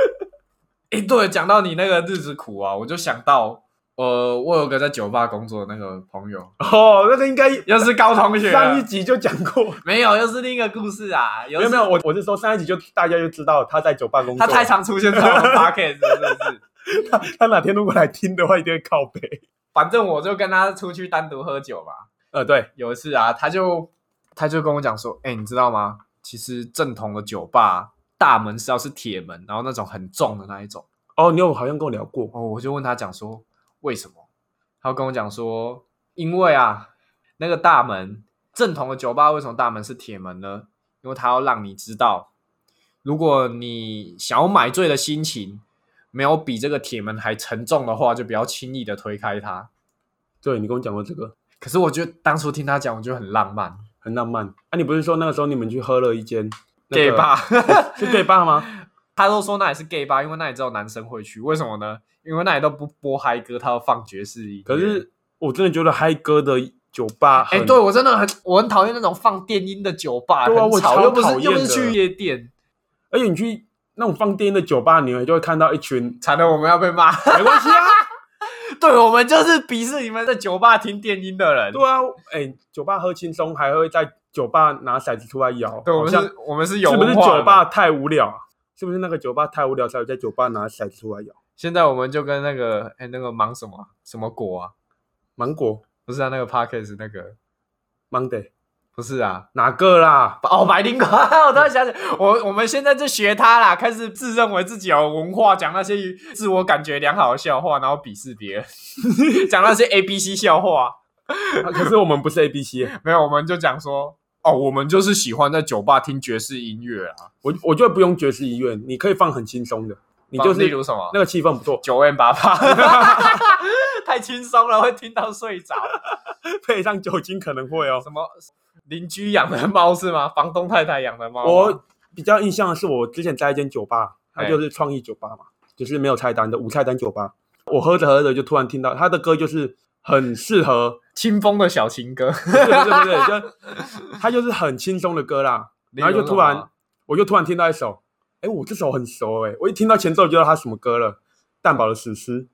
S2: 哎、对，讲到你那个日子苦啊，我就想到，呃，我有个在酒吧工作的那个朋友，
S1: 哦，那个应该
S2: 又是高同学了，
S1: 上一集就讲过，
S2: 没有，又是另一个故事啊，有
S1: 没有没有，我我是说上一集就大家就知道他在酒吧工作
S2: 他
S1: 了，
S2: 太常出现在
S1: *laughs*
S2: 我们 p o c a s t 是不是？
S1: 他 *laughs* 他哪天如果来听的话，一定会靠背。
S2: 反正我就跟他出去单独喝酒嘛。
S1: 呃，对，
S2: 有一次啊，他就他就跟我讲说，哎、你知道吗？其实正统的酒吧大门是要是铁门，然后那种很重的那一种。
S1: 哦，你有好像跟我聊过，
S2: 哦，我就问他讲说为什么？他跟我讲说，因为啊，那个大门正统的酒吧为什么大门是铁门呢？因为他要让你知道，如果你想要买醉的心情没有比这个铁门还沉重的话，就不要轻易的推开它。
S1: 对你跟我讲过这个，
S2: 可是我觉得当初听他讲，我觉得很浪漫。
S1: 很浪漫。啊，你不是说那个时候你们去喝了一间、那个
S2: gay 吧，
S1: *laughs*
S2: *laughs*
S1: 是 gay 吧吗？
S2: 他都说那里是 gay 吧，因为那里只有男生会去。为什么呢？因为那里都不播嗨歌，他要放爵士音乐。
S1: 可是我真的觉得嗨歌的酒吧
S2: 哎、
S1: 很，
S2: 对我真的很，我很讨厌那种放电音的酒吧，
S1: 对啊
S2: 很
S1: 我
S2: 吵，
S1: 超
S2: 又不是
S1: 讨厌
S2: 又不是
S1: 的
S2: 去夜店，
S1: 而且你去那种放电音的酒吧，你们就会看到一群，
S2: 惨了，我们要被骂。 *laughs*
S1: 没关系啊，
S2: 对，我们就是鄙视你们在酒吧听电音的人。
S1: 对啊，哎，酒吧喝轻松，还会在酒吧拿骰子出来摇，
S2: 对，我
S1: 好
S2: 们
S1: 像
S2: 是，我们是有
S1: 是不是
S2: 文化的
S1: 酒吧？太无聊啊？是不是那个酒吧太无聊，才有在酒吧拿骰子出来摇？
S2: 现在我们就跟那个哎、那个忙什么啊什么果啊，
S1: 芒果
S2: 不是啊，那个 Parkes 那个
S1: Monday
S2: 不是啊。
S1: 哪个啦？
S2: *laughs* 哦，白灵果，我突然想起，我我们现在就学他啦，开始自认为自己有文化，讲那些自我感觉良好的笑话，然后鄙视别人， *laughs* 讲那些 A B C 笑话。
S1: 啊可是我们不是 A B C，
S2: 没有，我们就讲说，哦，我们就是喜欢在酒吧听爵士音乐啊，
S1: 我我觉得不用爵士音乐，你可以放很轻松的，你就
S2: 例
S1: 是
S2: 如什么
S1: 那个气氛不错，
S2: 九 N 八八， *laughs* 太轻松了，会听到睡着。
S1: 配上酒精可能会哦。
S2: 什么邻居养的猫是吗？房东太太养的猫吗？
S1: 我比较印象的是，我之前在一间酒吧，它
S2: 哎
S1: 就是创意酒吧嘛，就是没有菜单的无菜单酒吧。我喝着喝着就突然听到他的歌，就是很适合， *laughs*
S2: 清风的小情歌，
S1: 不是不是不是，
S2: *laughs*
S1: 就他就是很轻松的歌啦。然后就突然，我就突然听到一首，哎，我这首很熟哎、我一听到前奏就知道它什么歌了，蛋堡的史诗。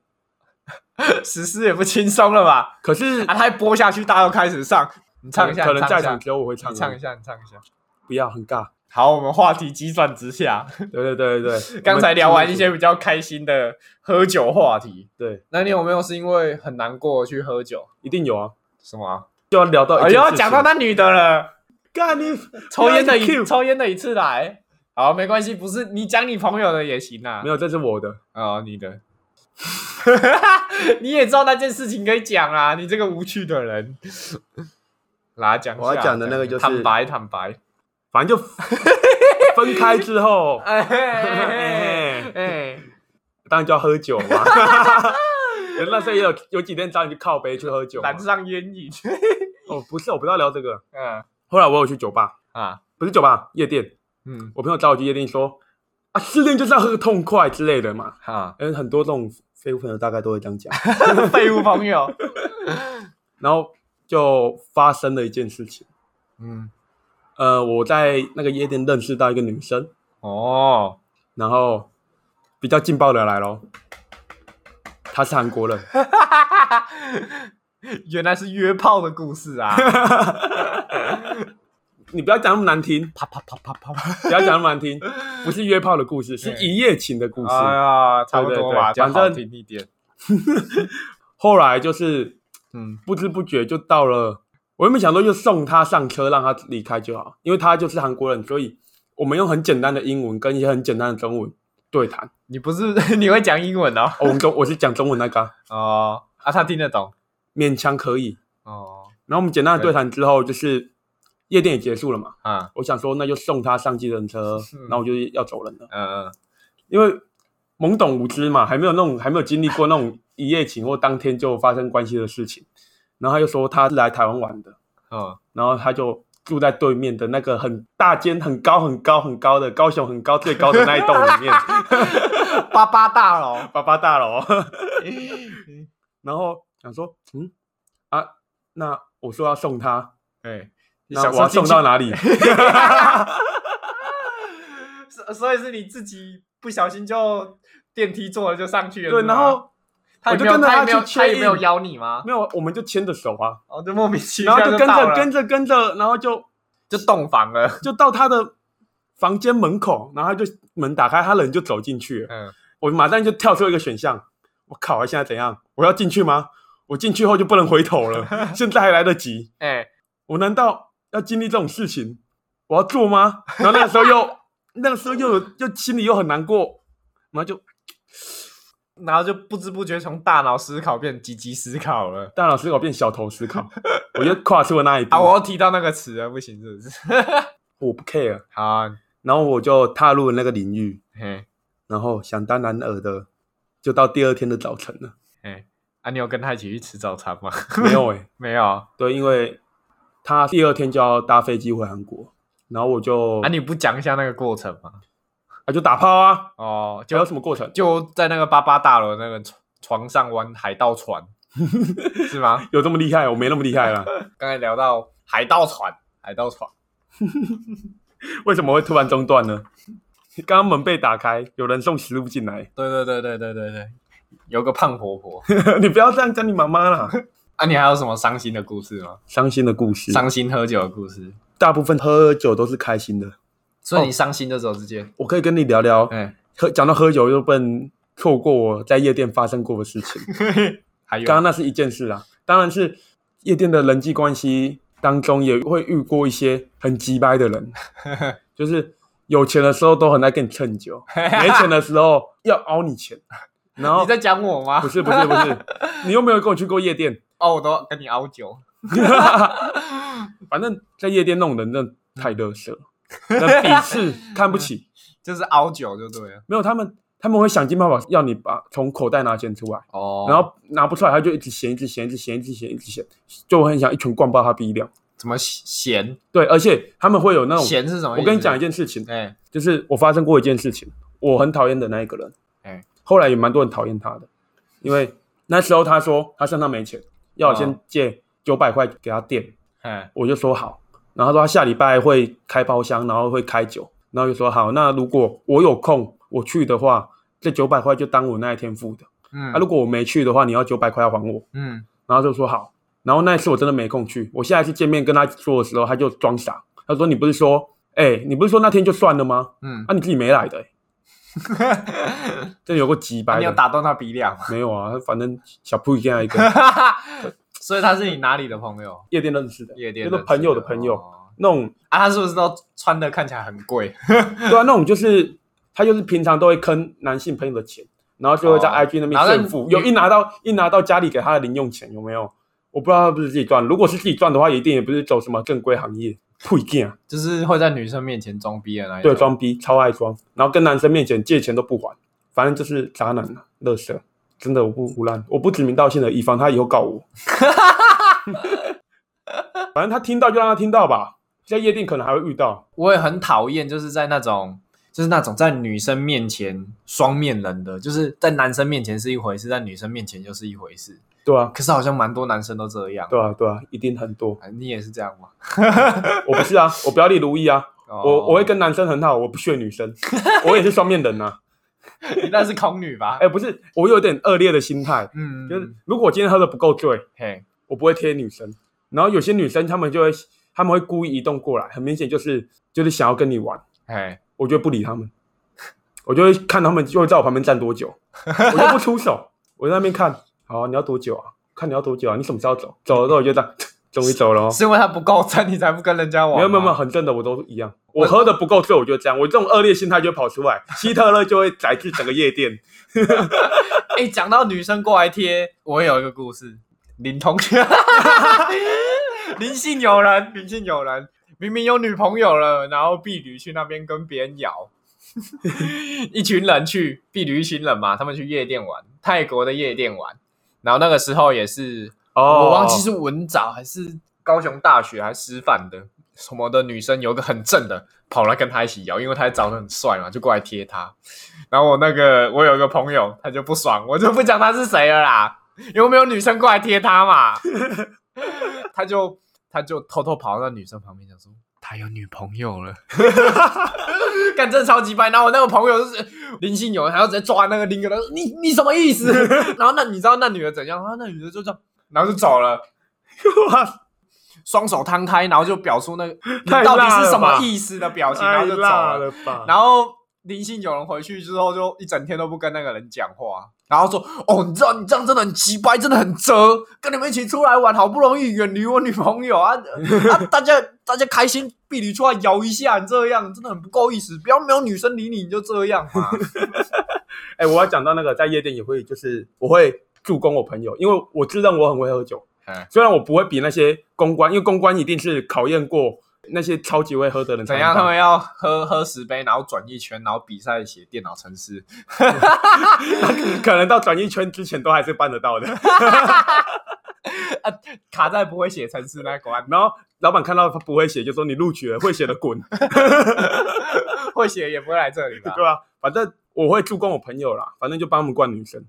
S2: *laughs* 史诗也不轻松了吧？
S1: 可是
S2: *laughs* 啊，他一播下去，大家都开始上，你唱一下，
S1: 可能
S2: 你唱
S1: 在
S2: 一下
S1: 场只有我会唱
S2: 你
S1: 而已，
S2: 唱一下，你唱一下。
S1: 不要很尬。
S2: 好，我们话题急转直下， *laughs*
S1: 对对对对对，
S2: 嗯刚才聊完一
S1: 我
S2: 些
S1: 们
S2: 比较开心的喝酒话题，
S1: 对，
S2: 那你有没有是因为很难过去喝酒？
S1: 一定有啊，
S2: 什么啊？
S1: 就要聊到一
S2: 哎
S1: 件
S2: 呦，
S1: 事
S2: 讲到
S1: 情
S2: 那女的了，
S1: 干你
S2: 抽烟的一
S1: Q
S2: 抽烟的一次来，好，没关系，不是你讲你朋友的也行啊
S1: 没。有，这是我的，
S2: 哦，你的， *laughs* 你也知道那件事情可以讲啊，你这个无趣的人。 *laughs* 来讲一下，
S1: 我要讲的那个就是
S2: 坦白，坦白。
S1: 反正就分开之后，
S2: 哎哎哎，
S1: 当然就要喝酒嘛。那时候也有有几天找你去靠杯去喝酒嘛
S2: 染。上烟瘾。
S1: 哦，不是，我不知道聊这个。
S2: 嗯
S1: 后来我有去酒吧，
S2: 啊，
S1: 不是酒吧，夜店。
S2: 嗯
S1: 我朋友找我去夜店说，啊，失恋就是要喝个痛快之类的嘛。
S2: 哈，
S1: 嗯，很多这种废物朋友大概都会这样讲。
S2: 废物朋友。
S1: 然后就发生了一件事情，
S2: 嗯，
S1: 呃，我在那个夜店认识到一个女生，
S2: 哦，
S1: 然后比较劲爆的来咯，她是韩国人，
S2: 原来是约炮的故事啊！
S1: 你不要讲那么难
S2: *laughs*
S1: 听，
S2: 啪啪啪啪啪，
S1: 不要讲那么难听，不是约炮的故事，是
S2: 对
S1: 一夜情的故事。
S2: 哎呀，差不多吧，
S1: 对对对
S2: 讲好
S1: 反
S2: 听一点。
S1: 后来就是
S2: 嗯
S1: 不知不觉就到了，我原本想说就送她上车，让她离开就好，因为她就是韩国人，所以我们用很简单的英文跟一些很简单的中文对谈。
S2: *laughs* 你不是你会讲英文哦？
S1: 哦、我们中我是讲中文那个啊，
S2: 哦，啊，他听得懂
S1: 勉强可以。
S2: 哦，
S1: 然后我们简单的对谈之后，就是夜店也结束了嘛。
S2: 啊，
S1: 我想说，那就送她上计程车
S2: 嗯，
S1: 然后我就要走人了，
S2: 嗯嗯，
S1: 因为懵懂无知嘛，还没有那种还没有经历过那种一夜情或当天就发生关系的事情。然后他就说他是来台湾玩的，
S2: 嗯，
S1: 然后他就住在对面的那个很大间、很高、很高、很高的高雄很高最高的那一栋里 *laughs* 面，
S2: 八八大佬，
S1: 八八大楼。然后想说，嗯啊，那我说要送他，
S2: 哎，你
S1: 那
S2: 想
S1: 我要送到哪
S2: 哪？
S1: 里？
S2: *laughs* 所所以是你自己不小心就电梯坐了就上去了，
S1: 对，
S2: 是吗
S1: 然后
S2: 他也
S1: 我就
S2: 没有
S1: 跟着他
S2: 他也没有
S1: 去
S2: 他也没有
S1: 确认
S2: 邀你吗？
S1: 没有，我们就牵着手啊，
S2: 哦，就莫名其
S1: 然
S2: 妙
S1: 后就跟
S2: 到了
S1: 着跟着跟着，然后就
S2: 就洞房
S1: *laughs*
S2: 了，
S1: 就到他的房间门口，然后他就门打开，他人就走进去了。
S2: 嗯，
S1: 我马上就跳出一个选项，我靠，现在怎样？我要进去吗？我进去后就不能回头
S2: *laughs*
S1: 了，现在还来得及。
S2: 哎，
S1: 我难道要经历这种事情？我要做吗？然后那个时候又 *laughs* 那个时候又有又心里又很难过，然后就
S2: 然后就不知不觉从大脑思考变积极思考了。
S1: 大脑思考变小头思考，我就跨出了那一步。
S2: 啊，我又提到那个词了，不行是不是？ *laughs*
S1: 我不 care，
S2: 好啊，
S1: 然后我就踏入了那个领域，
S2: 嘿，
S1: 然后想当然尔的，就到第二天的早晨了。
S2: 嘿，啊，你有跟他一起去吃早餐吗？ *laughs*
S1: 没有诶、欸
S2: 没有，啊，
S1: 对，因为他第二天就要搭飞机回韩国，然后我就
S2: 啊你不讲一下那个过程吗？
S1: 啊就打炮啊，
S2: 哦，
S1: 还
S2: 就
S1: 有什么过程？
S2: 就在那个八八大楼那个床床上玩海盗船， *laughs* 是吗？
S1: 有这么厉害？我没那么厉害啦。
S2: 刚才聊到海盗船，海盗船，
S1: 为什么会突然中断呢？刚刚门被打开，有人送食物进来， *laughs*
S2: 对对对对对对对，有个胖婆婆 *laughs*
S1: 你不要这样叫你妈妈啦。
S2: 啊，你还有什么伤心的故事吗？
S1: 伤心的故事，
S2: 伤心喝酒的故事，
S1: 大部分喝酒都是开心的。
S2: 所以你伤心的时候直接，
S1: 我可以跟你聊聊，
S2: 哎、
S1: 喝讲到喝酒又不能错过我在夜店发生过的事情。
S2: *laughs* 还有
S1: 刚刚那是一件事啊，当然是夜店的人际关系当中也会遇过一些很鸡掰的
S2: *laughs*
S1: 人，就是有钱的时候都很爱跟你蹭酒，
S2: *laughs*
S1: 没钱的时候要凹你钱，然后
S2: 你在讲我吗
S1: 不？是不是不是，你又没有跟我去过夜
S2: *laughs*
S1: 店，
S2: 哦，我都跟你熬酒，
S1: 反正在夜店那种人真的太热色了，那鄙视看不
S2: *laughs*
S1: 起，
S2: 就是熬酒就对了。
S1: 没有他们他们会想尽办法要你把从口袋拿钱出来。
S2: 哦
S1: 然后拿不出来，他就一直嫌，一直嫌，一直嫌，一直嫌，一直嫌，就很想一拳灌爆他鼻梁。
S2: 怎么咸？
S1: 对，而且他们会有那种，
S2: 咸是什么？
S1: 我跟你讲一，件事情，
S2: 哎、
S1: 就是我发生过一件事情，我很讨厌的那一个人，
S2: 哎
S1: *laughs* 后来也蛮多人讨厌他的，因为那时候他说他身上没钱，要我先
S2: 哦
S1: 借九百块给他垫，
S2: 哎，
S1: 我就说好，然后他说他下礼拜会开包厢，然后会开酒，然后就说好，那如果我有空我去的话，这九百块就当我那一天付的，
S2: 嗯，
S1: 啊，如果我没去的话，你要九百块要还我。
S2: 嗯，
S1: 然后就说好。然后那一次我真的没空去，我下一次见面跟他说的时候，他就装傻，他说你不是说哎、你不是说那天就算了吗？
S2: 嗯，
S1: 啊，你自己没来的、欸，这有个几
S2: *laughs* 啊
S1: 百
S2: 你有
S1: 的，
S2: 打动他鼻梁吗？
S1: 没有啊，反正小铺一下一个
S2: *laughs* 所以他是你哪里的朋友？
S1: 夜店认识的，
S2: 夜店
S1: 就是朋友的朋友，
S2: 哦
S1: 那种
S2: 啊，他是不是都穿的看起来很贵？ *laughs*
S1: 对啊，那种就是他就是平常都会坑男性朋友的钱，然后就会在
S2: 哦
S1: IG 那边
S2: 然后
S1: 炫
S2: 那
S1: 富，
S2: 女
S1: 有一拿到一拿到家里给他的零用钱有没有？我不知道他是不是自己赚，如果是自己赚的话，一定也不是走什么正规行业，不一定啊，
S2: 就是会在女生面前装逼的那一种
S1: 对，装逼超爱装，然后跟男生面前借钱都不还，反正就是渣男啊，乐色，真的我不胡乱，我不指名道姓的，以防他以后告
S2: *laughs*
S1: 我。反正他听到就让他听到吧，在夜店可能还会遇到，
S2: 我也很讨厌，就是在那种，就是那种在女生面前双面人的，就是在男生面前是一回事，在女生面前就是一回事。
S1: 对啊，
S2: 可是好像蛮多男生都这样，
S1: 对啊，对啊，一定很多。
S2: 啊你也是这样吗？
S1: 我不是啊，我标例如意啊，
S2: 哦
S1: 我我会跟男生很好，我不屑女生，我也是双面人呐、啊。
S2: 你那是空女吧？
S1: *laughs* 哎、不是，我有点恶劣的心态，
S2: 嗯，
S1: 就是如果我今天喝的不够醉，
S2: 嘿，
S1: 我不会贴女生。然后有些女生她们就会，她们会故意移动过来，很明显就是就是想要跟你玩，
S2: 嘿，
S1: 我就不理她们，我就会看她们就会在我旁边站多久，我就不出手，我在那边看，好、你要多久啊？看你要多久啊？你什么时候走？走了之后我就这样，终于走了哦。
S2: 是因为他不够真，你才不跟人家玩吗？
S1: 没有没有没有，很正的我都一样。我喝的不够醉，我就这样。我这种恶劣心态就会跑出来，希特勒就会宰制整个夜店。
S2: 哎、讲到女生过来贴，我也有一个故事。林同学， *laughs* 林姓友人，林姓友人，明明有女朋友了，然后婢女去那边跟别人摇， *laughs* 一群人去，婢女一群人嘛，他们去夜店玩，泰国的夜店玩。然后那个时候也是，
S1: 哦
S2: 我忘记是文藻还是高雄大学还是师范的什么的女生，有个很正的跑来跟他一起摇，因为他长得很帅嘛，就过来贴他。然后我那个我有一个朋友，他就不爽，我就不讲他是谁了啦， *laughs* 因为没有女生过来贴他 *laughs* 嘛，他就他就偷偷跑到那女生旁边讲说。他有女朋友了， *laughs* 干真的超级白。然后我那个朋友就是林信友，还要直接抓那个林哥，他说你你什么意思？ *laughs* 然后那你知道那女的怎样？然后那女的就这样，然后就走了，
S1: *laughs* 哇，
S2: 双手摊开，然后就表出那个你
S1: 太
S2: 到底
S1: 辣了
S2: 是什么
S1: 吧
S2: 意思的表情，然
S1: 太
S2: 后就走
S1: 辣
S2: 了。
S1: 了吧！
S2: 然后林信有人回去之后，就一整天都不跟那个人讲话，然后说：“哦，你知道你这样真的很奇掰，真的很折，跟你们一起出来玩，好不容易远离我女朋友啊啊！ *laughs* 大家大家开心，婢女出来摇一下，你这样真的很不够意思，不要没有女生理你你就这样嘛。
S1: 哎、我要讲到那个在夜店也会，就是我会助攻我朋友，因为我自认我很会喝酒
S2: 嗯，
S1: 虽然我不会比那些公关，因为公关一定是考验过那些超级会喝的人才
S2: 怎
S1: 能
S2: 样？
S1: 当
S2: 他们要喝喝十杯，然后转一圈，然后比赛写电脑程式，
S1: 可能到转一圈之前都还是办得
S2: *laughs*
S1: 到的。
S2: 卡在不会写程式那一关， *laughs*
S1: 然后老板看到他不会写，就说你录取了，会写的滚，
S2: 啊会写也不会来这里吧？
S1: 对吧、反正我会助攻我朋友啦，反正就帮他们灌女
S2: *laughs*
S1: 生。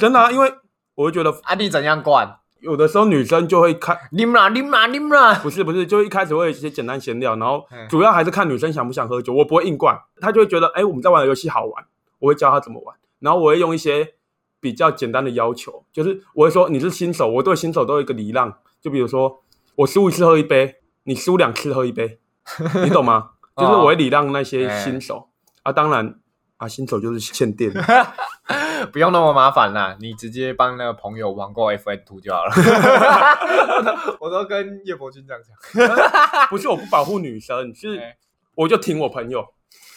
S1: 真的、啊，因为我会觉得
S2: 啊，你怎样灌？
S1: 有的时候女生就会看，
S2: *laughs* 你们啦，啊你们啦，你们啦！
S1: 不是不是，就一开始会有一些简单闲聊，然后
S2: 嗯
S1: 主要还是看女生想不想喝酒。我不会硬灌，她就会觉得，哎，我们在玩的游戏好玩，我会教她怎么玩，然后我会用一些比较简单的要求，就是我会说你是新手，我对新手都有一个礼让，就比如说我输一次喝一杯，你输两次喝一杯，你懂吗？就是我会礼让那些新手、啊，当然啊，新手就是欠电，
S2: *laughs* 不用那么麻烦啦，你直接帮那个朋友网购 FN Two 就好
S1: *laughs*
S2: 了。我都跟叶伯君这样讲，
S1: *laughs* 不是我不保护女生，是
S2: 哎
S1: 我就挺我朋友。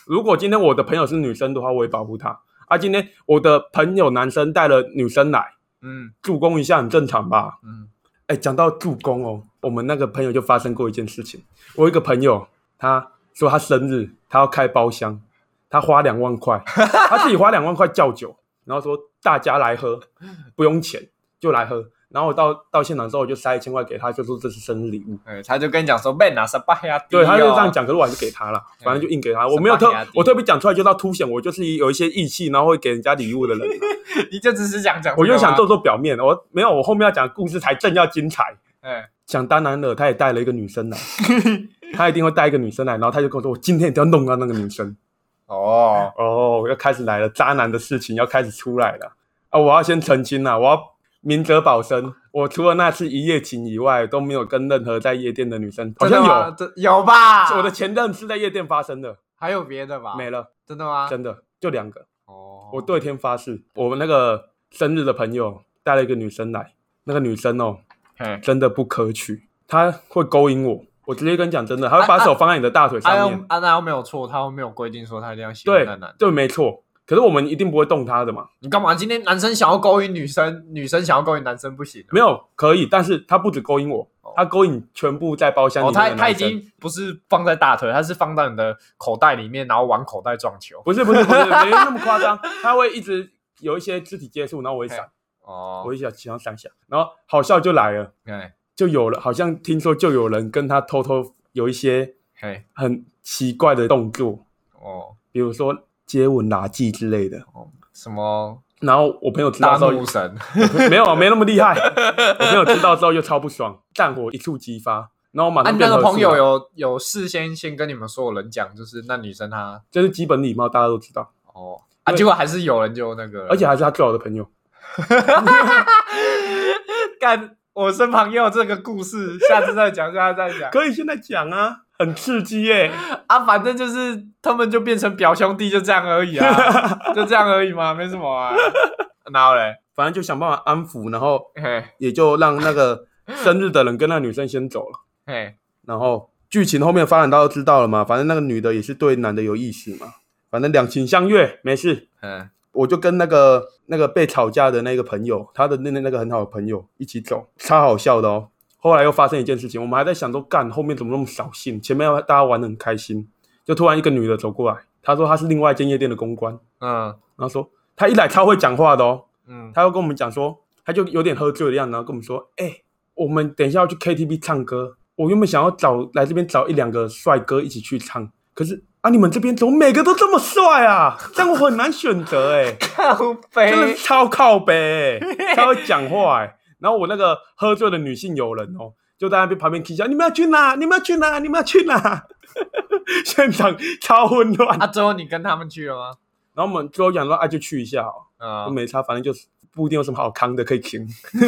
S1: 如果今天我的朋友是女生的话，我也保护她。啊，今天我的朋友男生带了女生来
S2: 嗯
S1: 助攻一下，很正常吧？
S2: 嗯，
S1: 哎，讲到助攻哦，我们那个朋友就发生过一件事情。我有一个朋友，他说他生日，他要开包厢，他花两万块，他自己花两万块叫酒，然后说大家来喝，不用钱就来喝。然后我到到现场之后，我就塞一千块给他，就说这是生日礼物。
S2: 哎，他就跟你讲说 Ben 啊，十八呀，
S1: 对，他就这样，讲，可是我还是给他了，反正就硬给他。我没有特
S2: 是巴尼亚迪，
S1: 我特别讲出来就是要凸显我就是有一些义气，然后会给人家礼物的人。啊
S2: *laughs* 你就只是想讲这个
S1: 我
S2: 吗，
S1: 就想做做表面，我没有，我后面要讲的故事才正要精彩。 *laughs*
S2: 哎，
S1: 想当然了，他也带了一个女生
S2: *laughs*
S1: 来，他一定会带一个女生来，然后他就跟我说，我今天一定要弄啊到那个女生。
S2: 哦，
S1: 哦，要开始来了，渣男的事情要开始出来了啊！我要先澄清啦，我要明哲保身，我除了那次一夜情以外，都没有跟任何在夜店的女生，好
S2: 真
S1: 像
S2: 的吗？
S1: 有。
S2: 这有吧？
S1: 我的前任是在夜店发生的，
S2: 还有别的吧？
S1: 没了，
S2: 真的吗？
S1: 真的就两个。
S2: 哦，
S1: 我对天发誓，我们那个生日的朋友带了一个女生来，那个女生哦，
S2: 嘿，
S1: 真的不可取，她会勾引我。我直接跟你讲真的，她会把手放在你的大腿上
S2: 安
S1: 面。
S2: 安安又没有错，啊他又没有规定说他一定要喜欢
S1: 对
S2: 男男。
S1: 对，没错。可是我们一定不会动她的嘛？
S2: 你干嘛？今天男生想要勾引女生，女生想要勾引男生不行啊？
S1: 没有，可以。但是她不止勾引我
S2: 哦，
S1: 她勾引全部在包厢里
S2: 哦，
S1: 面的
S2: 他
S1: 男生。
S2: 他已经不是放在大腿，他是放到你的口袋里面，然后往口袋撞球。
S1: 不是不是不是，没那么夸张，他会一直有一些肢体接触，然后我会闪，
S2: 哦
S1: 我，一想想闪一下，然后好笑就来了，
S2: 嘿，
S1: 就有了，好像听说就有人跟他偷偷有一些
S2: 嘿，
S1: 很奇怪的动作，
S2: 哦，
S1: 比如说接吻、拉技之类的。
S2: 哦，什么
S1: 然后我朋友知
S2: 大
S1: 道之后
S2: 怒，神？
S1: 没有啊，没那么厉害。我朋友知道之后就超不爽，战火一触即发。然后我马
S2: *laughs* 啊，
S1: 上
S2: 你
S1: 变
S2: 那
S1: 合
S2: 个
S1: 作
S2: 朋友有有事先先跟你们所有人讲，就是那女生她
S1: 这是基本礼貌，大家都知道，
S2: 哦啊，
S1: 对
S2: 结果还是有人就那个了，
S1: 而且还是他最好的朋友。
S2: *laughs* 干我身旁也有这个故事，下次再讲，下次再讲
S1: 可以现在讲啊，很刺激耶、
S2: 啊，反正就是他们就变成表兄弟，就这样而已
S1: *laughs*
S2: 啊，就这样而已嘛，没什么啊，哪有嘞？
S1: 反正就想办法安抚，然后
S2: 嘿
S1: 也就让那个生日的人跟那女生先走了。
S2: 嘿，
S1: 然后剧情后面发展到知道了嘛，反正那个女的也是对男的有意思嘛，反正两情相悦，没事。
S2: 嗯，
S1: 我就跟那个那个被吵架的那个朋友，他的那那那个很好的朋友一起走，超好笑的哦。后来又发生一件事情，我们还在想说，干后面怎么那么扫兴？前面大家玩的很开心，就突然一个女的走过来，她说她是另外一间夜店的公关，
S2: 嗯
S1: 然后说她一来超会讲话的哦，
S2: 嗯，
S1: 他又跟我们讲说，他就有点喝醉的样子，然后跟我们说，哎、我们等一下要去 KTV 唱歌，我原本想要找来这边找一两个帅哥一起去唱，可是啊，你们这边怎么每个都这么帅啊？这样我很难选择哎、
S2: *laughs* 靠
S1: 真的
S2: 背
S1: 是超靠 *laughs* 北、欸，超会讲话哎、然后我那个喝醉的女性友人哦，就在那边旁边提下，你们要去哪？你们要去哪？你们要去哪？ *laughs* 现场超混乱。
S2: 啊，最后你跟他们去了吗？
S1: 然后我们最后讲说，啊，就去一下哦。都
S2: 嗯，
S1: 没差，反正就是不一定有什么好康的可以请。 *laughs*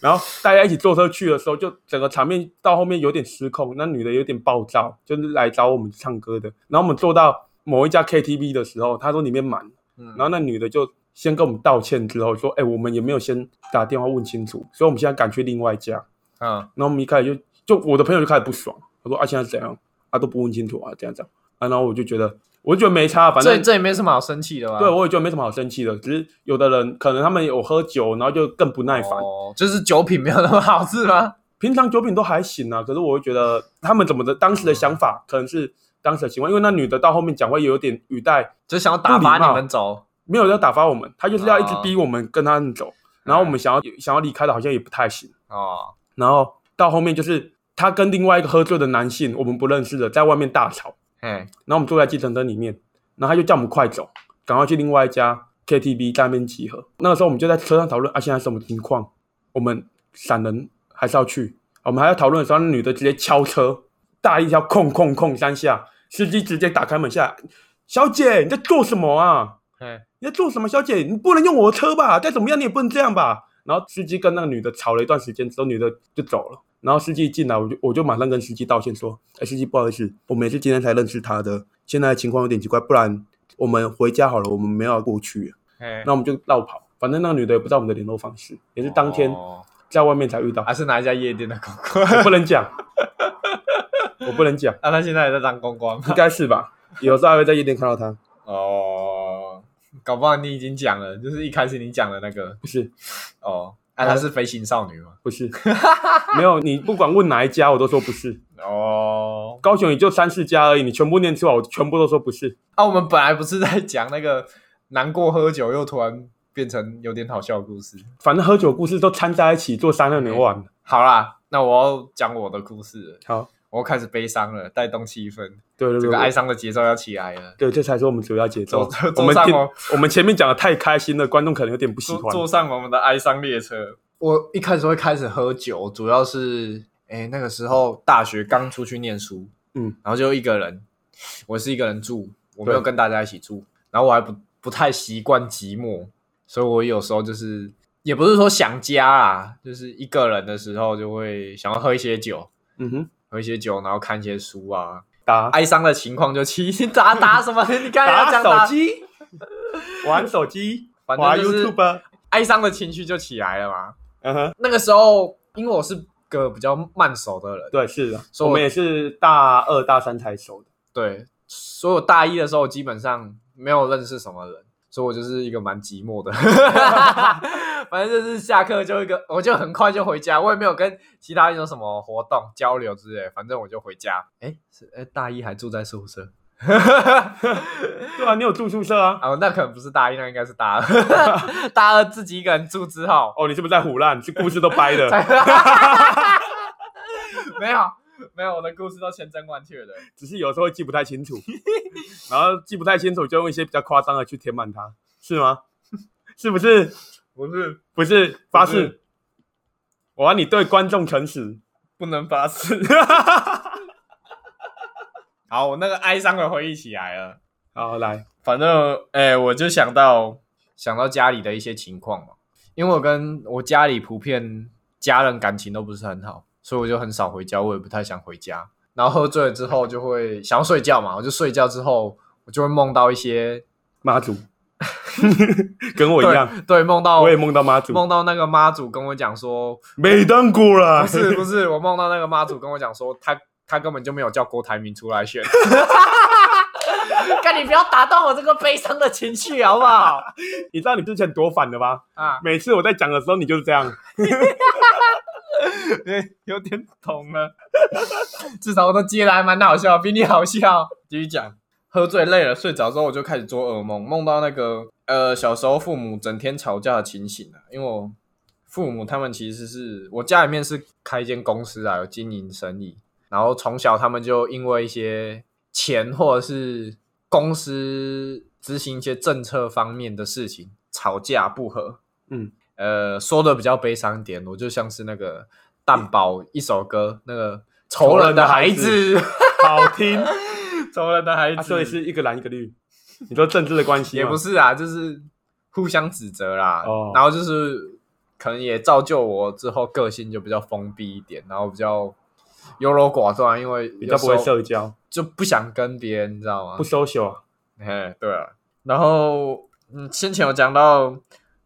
S1: 然后大家一起坐车去的时候，就整个场面到后面有点失控，那女的有点暴躁，就是来找我们唱歌的。然后我们坐到某一家 KTV 的时候，她说里面满了，
S2: 嗯
S1: 然后那女的就先跟我们道歉，之后说：“哎、我们也没有先打电话问清楚，所以我们现在赶去另外一家。”
S2: 嗯，
S1: 然后我们一开始就就我的朋友就开始不爽，他说：“啊，现在怎样？啊都不问清楚啊，这样这样。”啊，然后我就觉得，我就觉得没差，反
S2: 这
S1: 正
S2: 这也没什么好生气的吧？
S1: 对，我也觉得没什么好生气的，只是有的人可能他们有喝酒，然后就更不耐烦。
S2: 哦，就是酒品没有那么好是吗？ *laughs*
S1: 平常酒品都还行啊，可是我会觉得他们怎么的当时的想法，可能是当时的情况，因为那女的到后面讲话也有点语带，
S2: 就想要
S1: 不
S2: 打
S1: 礼貌
S2: 发你们走，
S1: 没有要打发我们，她就是要一直
S2: 哦
S1: 逼我们跟她们走，然后我们想要想要离开的好像也不太行，
S2: 哦，
S1: 然后到后面就是她跟另外一个喝醉的男性，我们不认识的，在外面大吵，
S2: 嘿，
S1: 然后我们坐在计程车里面，然后他就叫我们快走，赶快去另外一家 KTV 在那边集合。那个时候我们就在车上讨论啊，现在什么情况？我们闪人还是要去？我们还在讨论的时候，那女的直接敲车，大力敲控控控三下，司机直接打开门下来，小姐你在做什么啊？
S2: 嘿，
S1: 你在做什么？小姐，你不能用我的车吧？再怎么样你也不能这样吧？然后司机跟那个女的吵了一段时间之后，女的就走了。然后司机一进来，我就我就马上跟司机道歉说：“哎，司机，不好意思，我们也是今天才认识她的，现在情况有点奇怪，不然我们回家好了，我们没有要过去。”
S2: 嘿，
S1: 那我们就绕跑，反正那个女的也不知道我们的联络方式，也是当天
S2: 哦
S1: 在外面才遇到，
S2: 还是哪一家夜店的公关？ *laughs*
S1: 我不能讲，我不能讲，
S2: 啊，他现在也在当公关吗
S1: 应该是吧？有时候还会在夜店看到她，
S2: 哦，搞不好你已经讲了，就是一开始你讲的那个
S1: 不是
S2: 哦，啊，她是飞行少女嘛？
S1: 不是，没有你不管问哪一家，我都说不是。
S2: 哦，
S1: 高雄也就三四家而已，你全部念出来，我全部都说不是。
S2: 啊，我们本来不是在讲那个难过喝酒，又突然变成有点好笑的故事。
S1: 反正喝酒故事都掺在一起做三六零万。
S2: 好啦，那我要讲我的故事了，
S1: 好，
S2: 我要开始悲伤了，带动气氛，
S1: 对对
S2: 这
S1: 对
S2: 个哀
S1: 对，
S2: 伤的节奏要起来了。
S1: 对，这才是我们主要节奏
S2: 走走。
S1: 我们
S2: 上
S1: 听
S2: 哦
S1: *laughs* 我们前面讲的太开心了，观众可能有点不喜
S2: 坐
S1: 欢。
S2: 坐上我们的哀伤列车。我一开始会开始喝酒，主要是哎那个时候大学刚出去念书，
S1: 嗯，
S2: 然后就一个人，我是一个人住，我没有
S1: 对
S2: 跟大家一起住，然后我还不不太习惯寂寞，所以我有时候就是也不是说想家啊，就是一个人的时候就会想要喝一些酒，
S1: 嗯哼，
S2: 喝一些酒，然后看一些书啊。
S1: 打
S2: 哀伤的情况就去打打什么？ *laughs* 你刚才要
S1: 打
S2: 讲哎打
S1: 手，机，玩手机，
S2: *laughs* 反
S1: 滑
S2: 正就是
S1: YouTube，啊
S2: 哀伤的情绪就起来了嘛。
S1: 嗯哼，
S2: 那个时候，因为我是个比较慢熟的人，
S1: 对，是的，
S2: 所以
S1: 我
S2: 我
S1: 们也是大二大三才
S2: *laughs*
S1: 熟的。
S2: 对，所以我大一的时候基本上没有认识什么人，所以我就是一个蛮寂寞的。 *laughs* 反正就是下课就一个，我就很快就回家，我也没有跟其他有什么活动交流之类，反正我就回家。哎，是哎，大一还住在宿舍。 *laughs*
S1: 对啊，你有住宿舍啊？
S2: 哦，那可能不是大一，那应该是大二。 *laughs* 大二自己一个人住之后，
S1: 哦，你是不是在胡乱？这故事都掰的，
S2: *laughs* 没有没有，我的故事都千真万确的。
S1: 只是有时候会记不太清楚， *laughs* 然后记不太清楚就用一些比较夸张的去填满它，是吗？ *laughs* 是不是？
S2: 不是
S1: 不是，发
S2: 不
S1: 誓
S2: 是，
S1: 我要你对观众诚实。
S2: 不能发誓。 *laughs* 好，我那个哀伤的回忆起来了。
S1: 好，来，
S2: 反正，哎、我就想到想到家里的一些情况嘛，因为我跟我家里普遍家人感情都不是很好，所以我就很少回家，我也不太想回家。然后喝醉了之后就会想要睡觉嘛，我就睡觉之后，我就会梦到一些
S1: 妈祖， *laughs* 跟我一样，
S2: 对对，哦梦到
S1: 我也梦到妈祖。
S2: 梦到那个妈祖跟我讲说，
S1: 没当过啦
S2: 不，是不是，我梦到那个妈祖跟我讲说，他他根本就没有叫郭台铭出来 *laughs* 选。看你不要打断我这个悲伤的情绪好不好？
S1: *laughs* 你知道你之前多反的吧？
S2: 啊，
S1: 每次我在讲的时候，你就是这样。
S2: 有点懂了， *laughs* 至少我都接的还蛮好笑，比你好笑。继续讲，喝醉累了睡着之后，我就开始做噩梦，梦到那个呃小时候父母整天吵架的情形啊，因为我父母他们其实是我家里面是开一间公司啊，有经营生意，然后从小他们就因为一些钱或者是公司执行一些政策方面的事情吵架不和，
S1: 嗯，
S2: 呃，说的比较悲伤一点，我就像是那个蛋堡一首歌，那个
S1: 仇
S2: 仇
S1: 人
S2: 人
S1: 的
S2: 的
S1: 孩
S2: 孩
S1: 子
S2: 子，
S1: 好
S2: *laughs*
S1: 听，
S2: 仇人的孩
S1: 啊、所以是一个蓝一个绿。你说政治的关系
S2: 也
S1: 吗
S2: 不是啊，就是互相指责啦。
S1: 哦
S2: 然后就是可能也造就我之后个性就比较封闭一点，然后比较优柔寡断，因为
S1: 比较不会
S2: 有时候
S1: 社交，
S2: 就不想跟别人，你知道吗？
S1: 不 social 啊。
S2: 嘿，对啊。然后嗯，先前有讲到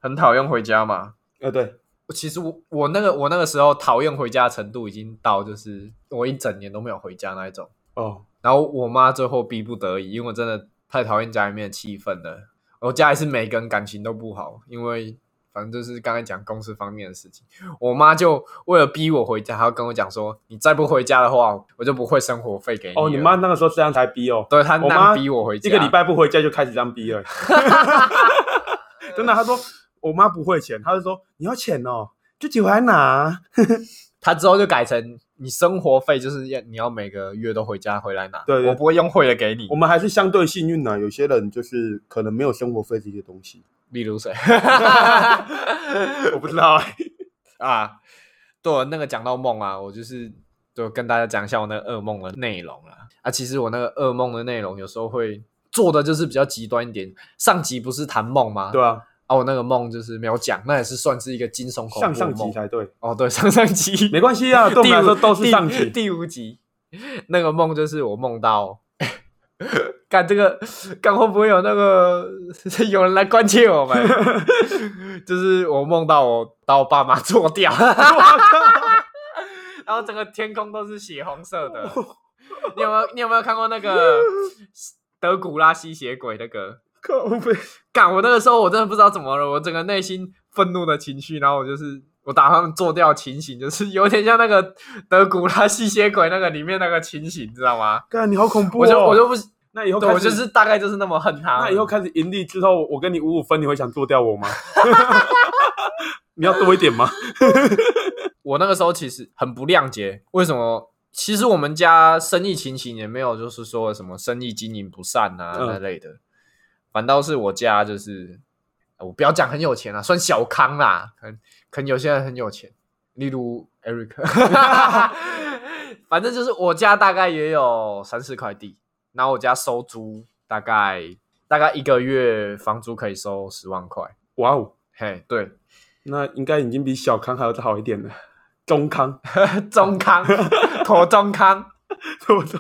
S2: 很讨厌回家嘛，
S1: 呃，对，
S2: 其实我我那个我那个时候讨厌回家的程度已经到，就是我一整年都没有回家那一种。
S1: 哦，
S2: 然后我妈最后逼不得已，因为我真的太讨厌家里面的气氛了。我家里是每个人感情都不好，因为反正就是刚才讲公司方面的事情。我妈就为了逼我回家，还要跟我讲说，你再不回家的话，我就不会生活费给你。
S1: 哦，你妈？那个时候这样才逼哦，
S2: 对她
S1: 我
S2: 那
S1: 妈
S2: 样逼我回家，
S1: 一个礼拜不回家就开始这样逼了。
S2: *laughs*
S1: *laughs* 真的，她说我妈不会钱，她就说你要钱哦，自己回来拿。
S2: 他之后就改成你生活费就是要你要每个月都回家回来拿，
S1: 对对
S2: 我不会用汇的给你
S1: 我。们还是相对幸运呢、有些人就是可能没有生活费这些东西，
S2: *laughs* 例
S1: *laughs*
S2: 如谁？
S1: 我不知道、欸。
S2: 啊，对，那个讲到梦啊，我就是就跟大家讲一下我那个噩梦的内容啦。啊，其实我那个噩梦的内容有时候会做的就是比较极端一点。上集不是谈梦吗？
S1: 对啊，
S2: 啊，我那个梦就是没有讲，那也是算是一个惊悚恐怖的
S1: 上
S2: 梦。
S1: 上集才对，
S2: 哦，对，上上集，
S1: 没关系
S2: *laughs*
S1: 啊，对我们来说都是上
S2: 第五
S1: 集。
S2: *laughs* 第五集那个梦就是我梦到。 *laughs* 干这个，干会不会有那个 *laughs* 有人来关切我们？ *laughs* 就是我梦到我把我爸妈做
S1: *laughs*
S2: 掉，然后整个天空都是血红
S1: *laughs*
S2: 色的。你有没有你有没有看过那个德古拉吸血鬼那个？
S1: 靠背，
S2: 干，我那个时候我真的不知道怎么了，我整个内心愤怒的情绪，然后我就是我打算做掉情形，就是有点像那个德古拉吸血鬼那个里面那个情形，你知道吗？
S1: 干你好恐怖哦！
S2: 我就我就不，
S1: 那以后
S2: 对
S1: 开
S2: 我
S1: 始
S2: 就是啊大概就是那么恨他。
S1: 那以后开始盈利之后，我跟你五五分，你会想做掉我吗？ *laughs* 你要多一点吗？
S2: 我那个时候其实很不谅解，为什么？其实我们家生意情形也没有，就是说什么生意经营不善啊、
S1: 嗯
S2: 那类的，反倒是我家就是，呃我不要讲很有钱啊，算小康啦，可能可能有些人很有钱，例如 Eric，反正就是我家大概也有三四块地，然后我家收租大概大概一个月房租可以收十万块，
S1: 哇哦，
S2: 嘿，对，
S1: 那应该已经比小康还要再好一
S2: *laughs*
S1: 点了。中康，*laughs*
S2: 中康，妥中康。
S1: 我说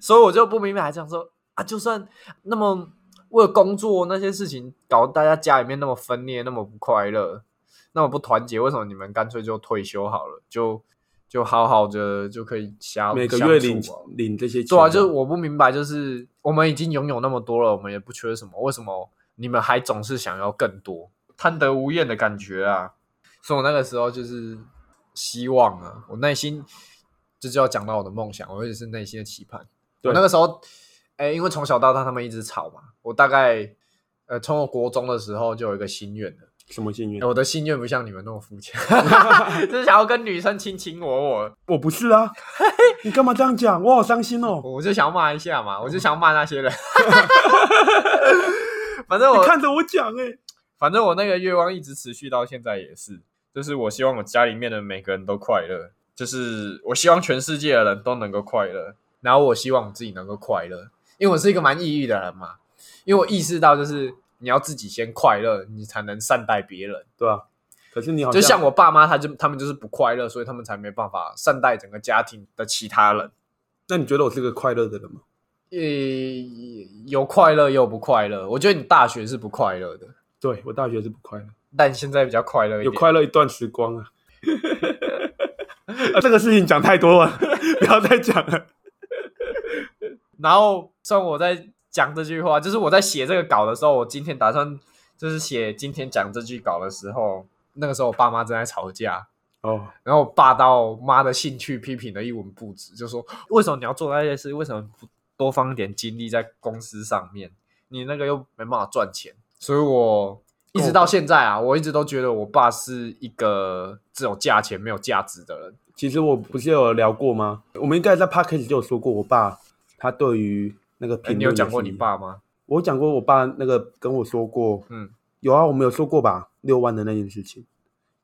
S2: 所以我就不明白，讲说啊，就算那么为了工作那些事情搞得大家家里面那么分裂，那么不快乐，那么不团结，为什么你们干脆就退休好了，就就好好的就可以相
S1: 每个月
S2: 相
S1: 领
S2: 处啊
S1: 领这些钱，
S2: 对啊，就是我不明白，就是我们已经拥有那么多了，我们也不缺什么，为什么你们还总是想要更多，贪得无厌的感觉啊？所以我那个时候就是希望啊，我内心就是要讲到我的梦想，我也是内心的期盼。
S1: 对
S2: 我那个时候，哎、因为从小到大他们一直吵嘛，我大概呃，从我国中的时候就有一个心愿了。
S1: 什么
S2: *laughs*
S1: 幸运 *laughs*
S2: 哎？我的心愿不像你们那么肤浅， *laughs* 就是想要跟女生卿卿我我，
S1: 我不是
S2: *laughs*
S1: 啊，你干嘛这样讲？我好伤心哦。
S2: 我就想骂一下嘛，我就想骂那些人。 *laughs* 反正
S1: 你
S2: 我，啊
S1: 看着我讲哎、
S2: 反正我那个愿望一直持续到现在也是，就是我希望我家里面的每个人都快乐，就是我希望全世界的人都能够快乐，然后我希望我自己能够快乐，因为我是一个蛮抑郁的人嘛，因为我意识到就是你要自己先快乐，你才能善待别人。
S1: 对吧、可是你好
S2: 就
S1: 像
S2: 像我爸妈，他就他们就是不快乐，所以他们才没办法善待整个家庭的其他人。
S1: 那你觉得我是个快乐的人吗？
S2: 呃，有快乐也有不快乐。我觉得你大学是不快乐的，
S1: 对我大学是不快乐，
S2: 但现在比较快乐一
S1: 有
S2: 点。
S1: 快乐一段时光
S2: *laughs*
S1: 啊。啊这个事情讲太多
S2: *laughs*
S1: 了，不要再讲了。
S2: 然后，虽然我在讲这句话，就是我在写这个稿的时候，我今天打算就是写今天讲这句稿的时候，那个时候我爸妈正在吵架，
S1: 哦，
S2: 然后我爸到妈的兴趣批评的一文不值，就说为什么你要做那些事？为什么不多放一点精力在公司上面？你那个又没办法赚钱，所以我一直到现在啊，我一直都觉得我爸是一个只有价钱没有价值的人。
S1: 其实我不是有聊过吗？我们应该在 podcast 就有说过，我爸他对于那个评
S2: 哎
S1: 论、
S2: 你有讲过你？爸吗？
S1: 我有讲过我爸那个跟我说过，
S2: 嗯，
S1: 有啊，我们有说过吧，六万的那件事情，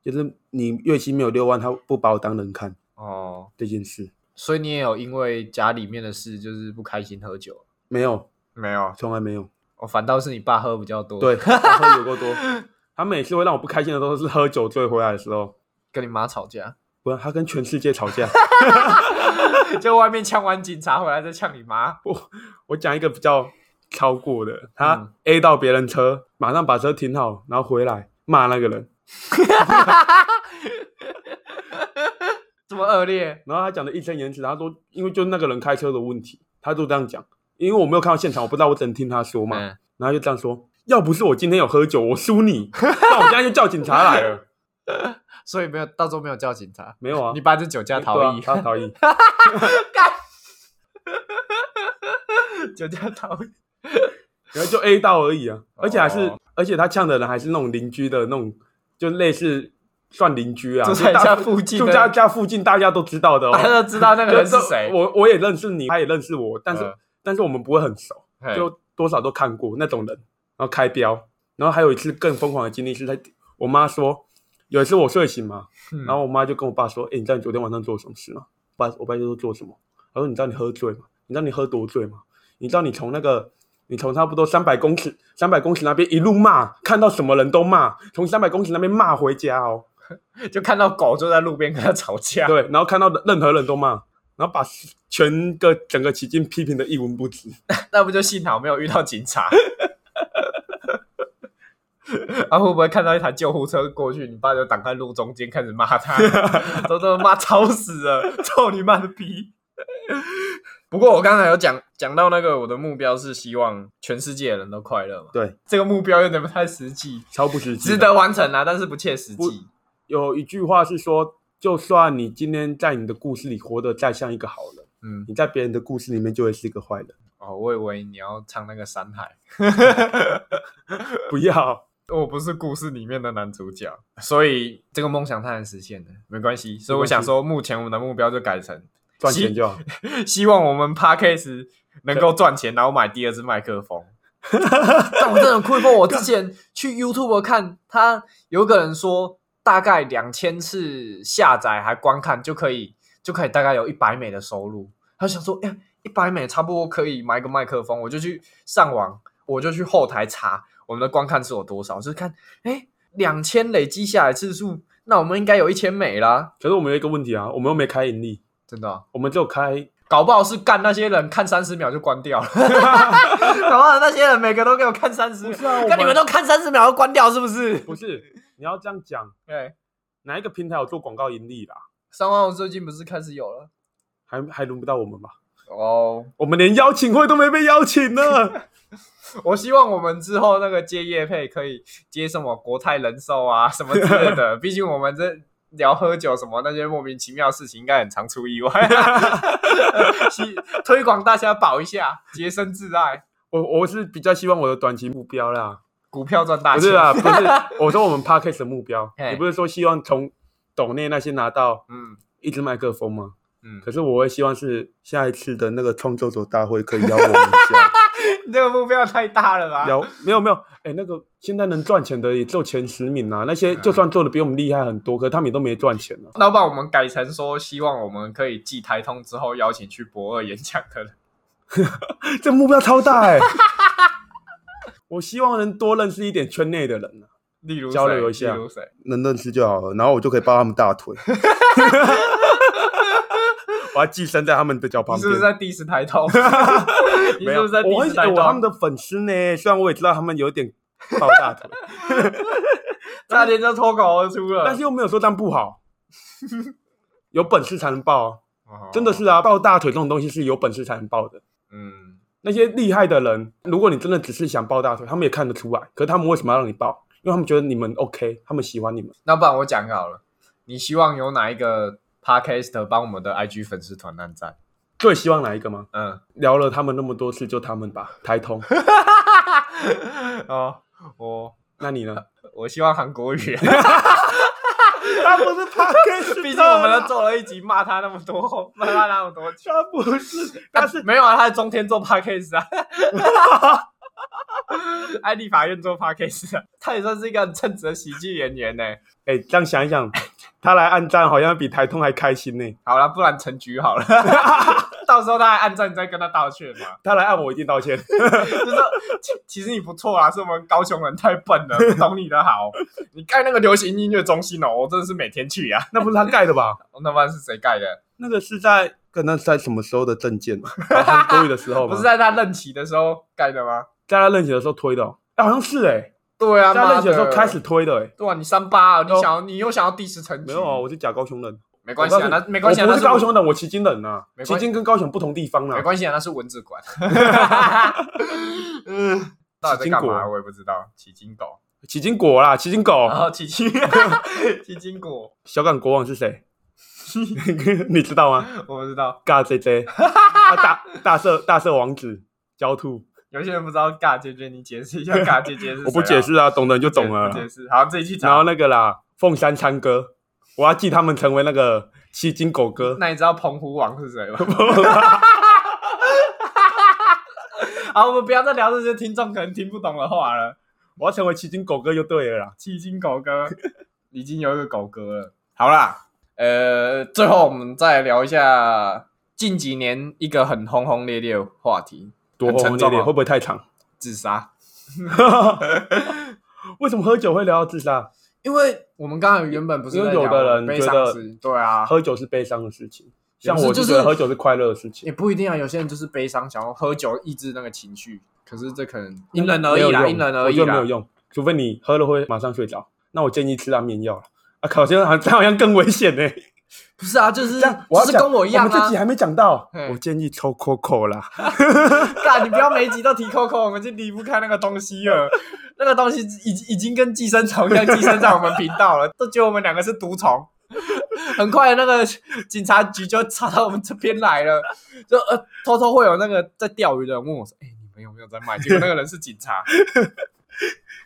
S1: 就是你月薪没有六万，他不把我当人看
S2: 哦，
S1: 这件事，
S2: 所以你也有因为家里面的事就是不开心喝酒？
S1: 没有，
S2: 没有，
S1: 从来没有。
S2: 我反倒是你爸喝比较多，
S1: 对，，他喝有够多。 *laughs* 他每次会让我不开心的都是喝酒醉回来的时候，
S2: 跟你妈吵架， *laughs*
S1: 不然他跟全世界吵架。
S2: 就外面呛完警察回来再呛你妈。
S1: 我讲一个比较超过的，他
S2: 嗯
S1: A 到别人车，马上把车停好，然后回来骂那个人，
S2: 这么恶劣，
S1: 然后他讲的义正言辞，他说因为就是那个人开车的问题，他就这样讲。因为我没有看到现场，我不知道，我只能听他说嘛。
S2: 嗯
S1: 然后就这样说：要不是我今天有喝酒，我输你，那我现在就叫警察来了。
S2: 所以没有，到时候没有叫警察。
S1: 没有啊，
S2: *laughs* 你爸就酒驾逃逸，
S1: 对啊他逃逸。
S2: *laughs* 酒驾逃逸。
S1: 然后就 A 到而已啊，而且还是，
S2: 哦
S1: 而且他呛的人还是那种邻居的那种，就类似算邻居啊，
S2: 住在
S1: 大
S2: 家附近的
S1: 住家家附近大家都知道的哦
S2: 大。家都知道那个
S1: 就
S2: 人是谁，
S1: 我我也认识你，他也认识我，但是、
S2: 嗯
S1: 但是我们不会很熟，
S2: 嘿
S1: 就多少都看过那种人，然后开标，然后还有一次更疯狂的经历是在我妈说，有一次我睡醒嘛，
S2: 嗯
S1: 然后我妈就跟我爸说，哎、你知道你昨天晚上做了什么事吗？我爸我爸就说做什么？他说你知道你喝醉吗？你知道你喝多醉吗？你知道你从那个你从差不多三百公尺三百公尺那边一路骂，看到什么人都骂，从三百公尺那边骂回家哦。
S2: 就看到狗就在路边跟他吵架。
S1: 对，然后看到的任何人都骂，然后把全个整个奇境批评的一文不值。
S2: 那不就幸好没有遇到警察。 *laughs* 啊，会不会看到一台救护车过去，你爸就挡在路中间开始骂他，都都骂吵死了，操你妈的逼！ *laughs* 不过我刚才有讲讲到那个我的目标是希望全世界的人都快乐嘛，
S1: 对，
S2: 这个目标有点不太实际，
S1: 超不实际。
S2: 值得完成啊，但是不切实
S1: 不
S2: 际。
S1: 有一句话是说，就算你今天在你的故事里活得再像一个好人，
S2: 嗯，
S1: 你在别人的故事里面就会是一个坏人。
S2: 哦，我以为你要唱那个《山海
S1: 不要，》，
S2: 我不是故事里面的男主角，所以这个梦想太难实现了，没关系。所以我想说，目前我们的目标就改成
S1: 赚钱就好。
S2: *laughs* 希望我们 *laughs* podcast 能够赚钱，然后买第二支麦克风。 *laughs* 但我真的很困惑，我之前去 YouTube 看，他有个人说，大概两千次下载还观看就可以，就可以大概有一百美的收入。他就想说，哎、一百美差不多可以买一个麦克风，我就去上网，我就去后台查我们的观看是有多少，就是看，哎、两千累积下来次数，那我们应该有一千美啦，
S1: 可是我们有一个问题啊，我们又没开盈利，
S2: 真的啊、
S1: 我们只有
S2: *laughs*
S1: 开
S2: 搞不好是干那些人看三十秒就关掉了，搞不好那些人每个都给我看三十秒，
S1: 啊
S2: 那你们都看三十秒就关掉是不是？
S1: 不是你要这样讲，
S2: 对，
S1: 哪一个平台有做广告盈利啦？
S2: 哎三万最近不是开始有了
S1: 还还轮不到我们吧？
S2: 哦。
S1: 我们连邀请会都没被邀请
S2: *laughs*
S1: 呢。
S2: 我希望我们之后那个接业配可以接什么国泰人寿啊什么之类的，毕竟我们这聊喝酒什么那些莫名其妙的事情，应该很常出意外。啊 *laughs* 希推广大家保一下，洁身自爱，
S1: 我我是比较希望我的短期目标啦，
S2: 股票赚大
S1: 不
S2: 钱。
S1: 是啦，不是，我说我们 podcast 的目标，
S2: 啊 *laughs* 嘿
S1: 你不是说希望从抖内那些拿到
S2: 嗯
S1: 一支麦克风吗？
S2: 嗯，
S1: 可是我会希望是下一次的那个创作者大会可以邀我们一下。
S2: 你这个目标太大了吧？
S1: 有没有没有？哎、那个现在能赚钱的也就前十名啊，那些就算做的比我们厉害很多，可他们也都没赚钱啊。
S2: 老板，我们改成说，希望我们可以继台通之后邀请去博二演讲的人。
S1: 这目标超大哎、 *laughs* 我希望能多认识一点圈内的人、啊、
S2: 例如谁
S1: 交流一下
S2: 例如谁？
S1: 能认识就好了，然后我就可以抱他们大 *laughs* 腿，我还寄生在他们的脚旁
S2: 你
S1: 边。
S2: 是不是在 diss 台通？
S1: *laughs*
S2: 你
S1: 没
S2: 是
S1: 有，
S2: 不是在
S1: 我
S2: diss
S1: 很
S2: 台
S1: 哎
S2: 通？
S1: 我他们的粉丝呢，虽然我也知道他们有点抱大
S2: *laughs*
S1: 腿，
S2: *laughs* 差点就脱口而出了。
S1: 但是又没有说这样不好， *laughs* 有本事才能抱、啊，
S2: 哦
S1: 真的，是啊，抱大腿这种东西是有本事才能抱的。
S2: 嗯，
S1: 那些厉害的人，如果你真的只是想抱大腿，他们也看得出来。可是他们为什么要让你抱？因为他们觉得你们 OK，他们喜欢你们。
S2: 那不然我讲好了，你希望有哪一个 podcast 帮我们的 IG 粉丝团按赞？
S1: 最希望哪一个吗？
S2: 嗯， *laughs*
S1: 聊了他们那么多次，就他们吧。台 *laughs* 通，
S2: 哦，我
S1: 那你呢？
S2: 我希望韩国语， *laughs*
S1: 他不是 p o *laughs* d
S2: 毕竟我们都做了一集骂他那么多， *laughs* 骂他那么多，
S1: 他不是，他是
S2: 没有啊，他是中天做 podcast 啊。 *laughs* 艾丽法院做 podcast，啊他也算是一个很称职的喜剧演员呢。
S1: *laughs* 哎、这样想一想，他来暗战好像比台通还开心呢、
S2: 好了，不然陈局好了， *laughs* 到时候他还按赞，你再跟他道歉嘛。
S1: 他来按我一定道歉。 *laughs*
S2: 就是说其其实你不错啊，是我们高雄人太笨了，不懂你的好。你盖那个流行音乐中心哦，我真的是每天去啊。
S1: 那不是他盖的吧？
S2: 那不然是谁盖的？
S1: 那个是在可能是在什么时候的证 *laughs* 件？啊韩国语的时候 *laughs* 吗？
S2: 不是在他任期的时候盖的吗？
S1: 在他任选的时候推的、哦，哎、好像是哎、
S2: 对啊，
S1: 在他
S2: 妈
S1: 任选的时候开始。推的哎、
S2: 对啊，你三八啊，你
S1: 哦
S2: 想要你又想要第十层
S1: 没有啊，我是假高雄人。
S2: 没关系啊，那没关系啊，
S1: 我
S2: 那
S1: 不是高雄人，我旗津人呐、
S2: 没
S1: 旗
S2: 关
S1: 津跟高雄不同地方
S2: 没
S1: 啦、
S2: 关系啊，那是蚊子
S1: *laughs*
S2: 馆。嗯，到底在
S1: 起筋
S2: 干嘛？
S1: 果哦
S2: 我也不知道。起筋狗，
S1: 旗津果啦，旗津狗
S2: 然，后起 *laughs* 筋起筋果，
S1: 小港国王是
S2: *laughs*
S1: 谁？你知道吗？
S2: 我不知道。
S1: 嘎 J
S2: *laughs*
S1: J，啊大大色大色王子焦兔，
S2: 有些人不知道尬姐姐，你解释一下尬姐姐是谁啊？
S1: *laughs* 我不解释啊，懂的人就懂了
S2: 不
S1: 啦
S2: 解。释。好，这一期
S1: 然后
S2: 讲。
S1: 那个啦，凤山参哥，我要记他们成为那个旗津狗哥。
S2: 那你知道澎湖王是
S1: *laughs*
S2: 谁吗？ *laughs* 好，我们不要再聊这些听众可能听不懂的话了。
S1: 我要成为旗津狗哥就对了啦。
S2: 七金狗哥 *laughs* 已经有一个狗哥了。好啦，呃，最后我们再聊一下近几年一个很轰轰烈烈的话题
S1: 多轰轰
S2: 很
S1: 烈
S2: 沉重
S1: 烈
S2: 哦
S1: 会不会太长？
S2: ——
S1: *laughs*
S2: 自杀。
S1: 为什么喝酒会聊到自杀？
S2: 因为我们刚才原本不是
S1: 因为
S2: 在聊
S1: 有的人
S2: 悲
S1: 觉
S2: 伤
S1: 得
S2: 时，对啊，
S1: 喝酒是悲伤的事情，
S2: 也
S1: 像
S2: 不是
S1: 我就
S2: 就
S1: 觉得
S2: 是
S1: 喝酒是快乐的事情。
S2: 也不一定啊，有些人就是悲伤，想要喝酒抑制那个情绪。可是这可能因人而异啦，
S1: 没有用
S2: 因人而
S1: 我
S2: 异
S1: 觉得没有
S2: 啦。
S1: 用，除非你喝了会马上睡着。那我建议吃安眠药了。啊靠，这样好像这 *laughs* 样好像更危险呢、
S2: 不是啊，就是
S1: 这样
S2: 就
S1: 要
S2: 是
S1: 讲
S2: 跟我一样
S1: 我们这
S2: 啊
S1: 集。还没讲到
S2: 嘿。
S1: 我建议抽 Coco 啦，
S2: 干，你不要每一集都提 Coco，我们就离不开那个东西了。那个东西已经已经跟寄生虫一样寄生在我们频道了，都觉得我们两个是毒虫。 *laughs* 很快，那个警察局就查到我们这边来了，就呃偷偷会有那个在钓鱼的人问我说：“哎、你们有没有在卖？”结果那个人是警察，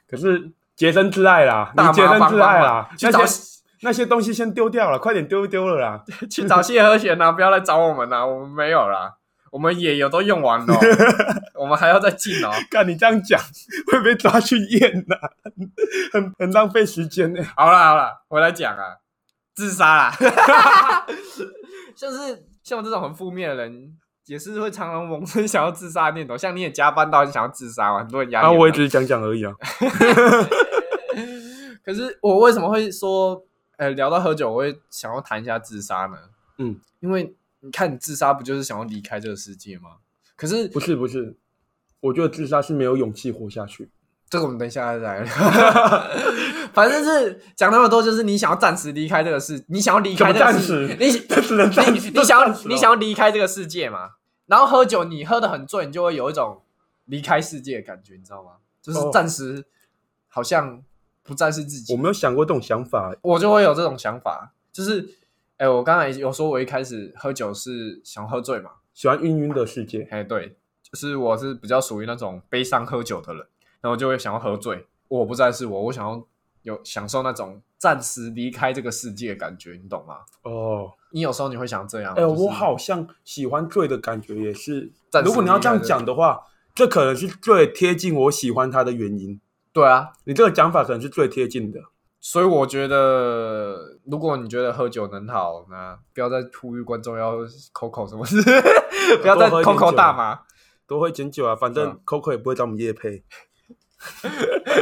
S1: 可是洁身自爱啦，你
S2: 大
S1: 洁
S2: 麻
S1: 身
S2: 帮
S1: 自爱
S2: 忙
S1: 啦，
S2: 去找
S1: 那些那些东西先丢掉了，快点丢一丢了啦。
S2: *laughs* 去找谢和弦啊，不要来找我们啊，我们没有啦，我们也有都用完了哦、我们还要再进哦。
S1: 看你这样讲会被抓去验呐，很很浪费时间呢、
S2: 好啦好啦，我来讲啊，自杀啦，就是 *laughs* 像我这种很负面的人，也是会常常萌生想要自杀的念头。像你哎啊也加班到很想要自杀嘛，很多人压力
S1: 啊，
S2: 很大。
S1: 我也只是讲讲而已啊。
S2: 可是我为什么会说，呃，聊到喝酒，我会想要谈一下自杀呢？
S1: 嗯，
S2: 因为你看，你自杀不就是想要离开这个世界吗？可是
S1: 不是不是，我觉得自杀是没有勇气活下
S2: *laughs*
S1: 去。
S2: 这个我们等一下再 *laughs* 来聊。反正是讲那么多，就是你想要暂时离开这个世，你想要离开这个
S1: 什么
S2: 世，
S1: 暂时
S2: 你
S1: 这只能暂 *laughs* 时
S2: 你你想要
S1: 这暂时哦
S2: 你想要离开这个世界嘛？然后喝酒，你喝的很醉，你就会有一种离开世界的感觉，你知道吗？就是
S1: 哦
S2: 暂时好像不再是自己
S1: 我。没有想过这种想法，
S2: 我就会有这种想法，就是，哎、我刚才有说我一开始喝酒是想喝醉嘛，
S1: 喜欢晕晕的世界。
S2: 哎、对，就是我是比较属于那种悲伤喝酒的人，然后就会想要喝醉，我不再是我，我想要有享受那种暂时离开这个世界的感觉，你懂吗？
S1: 哦，
S2: 你有时候你会想这样，
S1: 哎、
S2: 就是
S1: 我好像喜欢醉的感觉也是
S2: 暂。时
S1: 如果你要这样
S2: 离开这个
S1: 讲的话，这可能是最贴近我喜欢他的原因。
S2: 对啊，
S1: 你这个讲法可能是最贴近的。
S2: 所以我觉得，如果你觉得喝酒能好，那不要再呼吁观众要 Coco 什么事，不要再
S1: 多喝一点
S2: Coco
S1: 酒
S2: 大麻。 *laughs*
S1: 都会减酒啊，反
S2: 对啊
S1: 正 Coco 也不会找我们夜配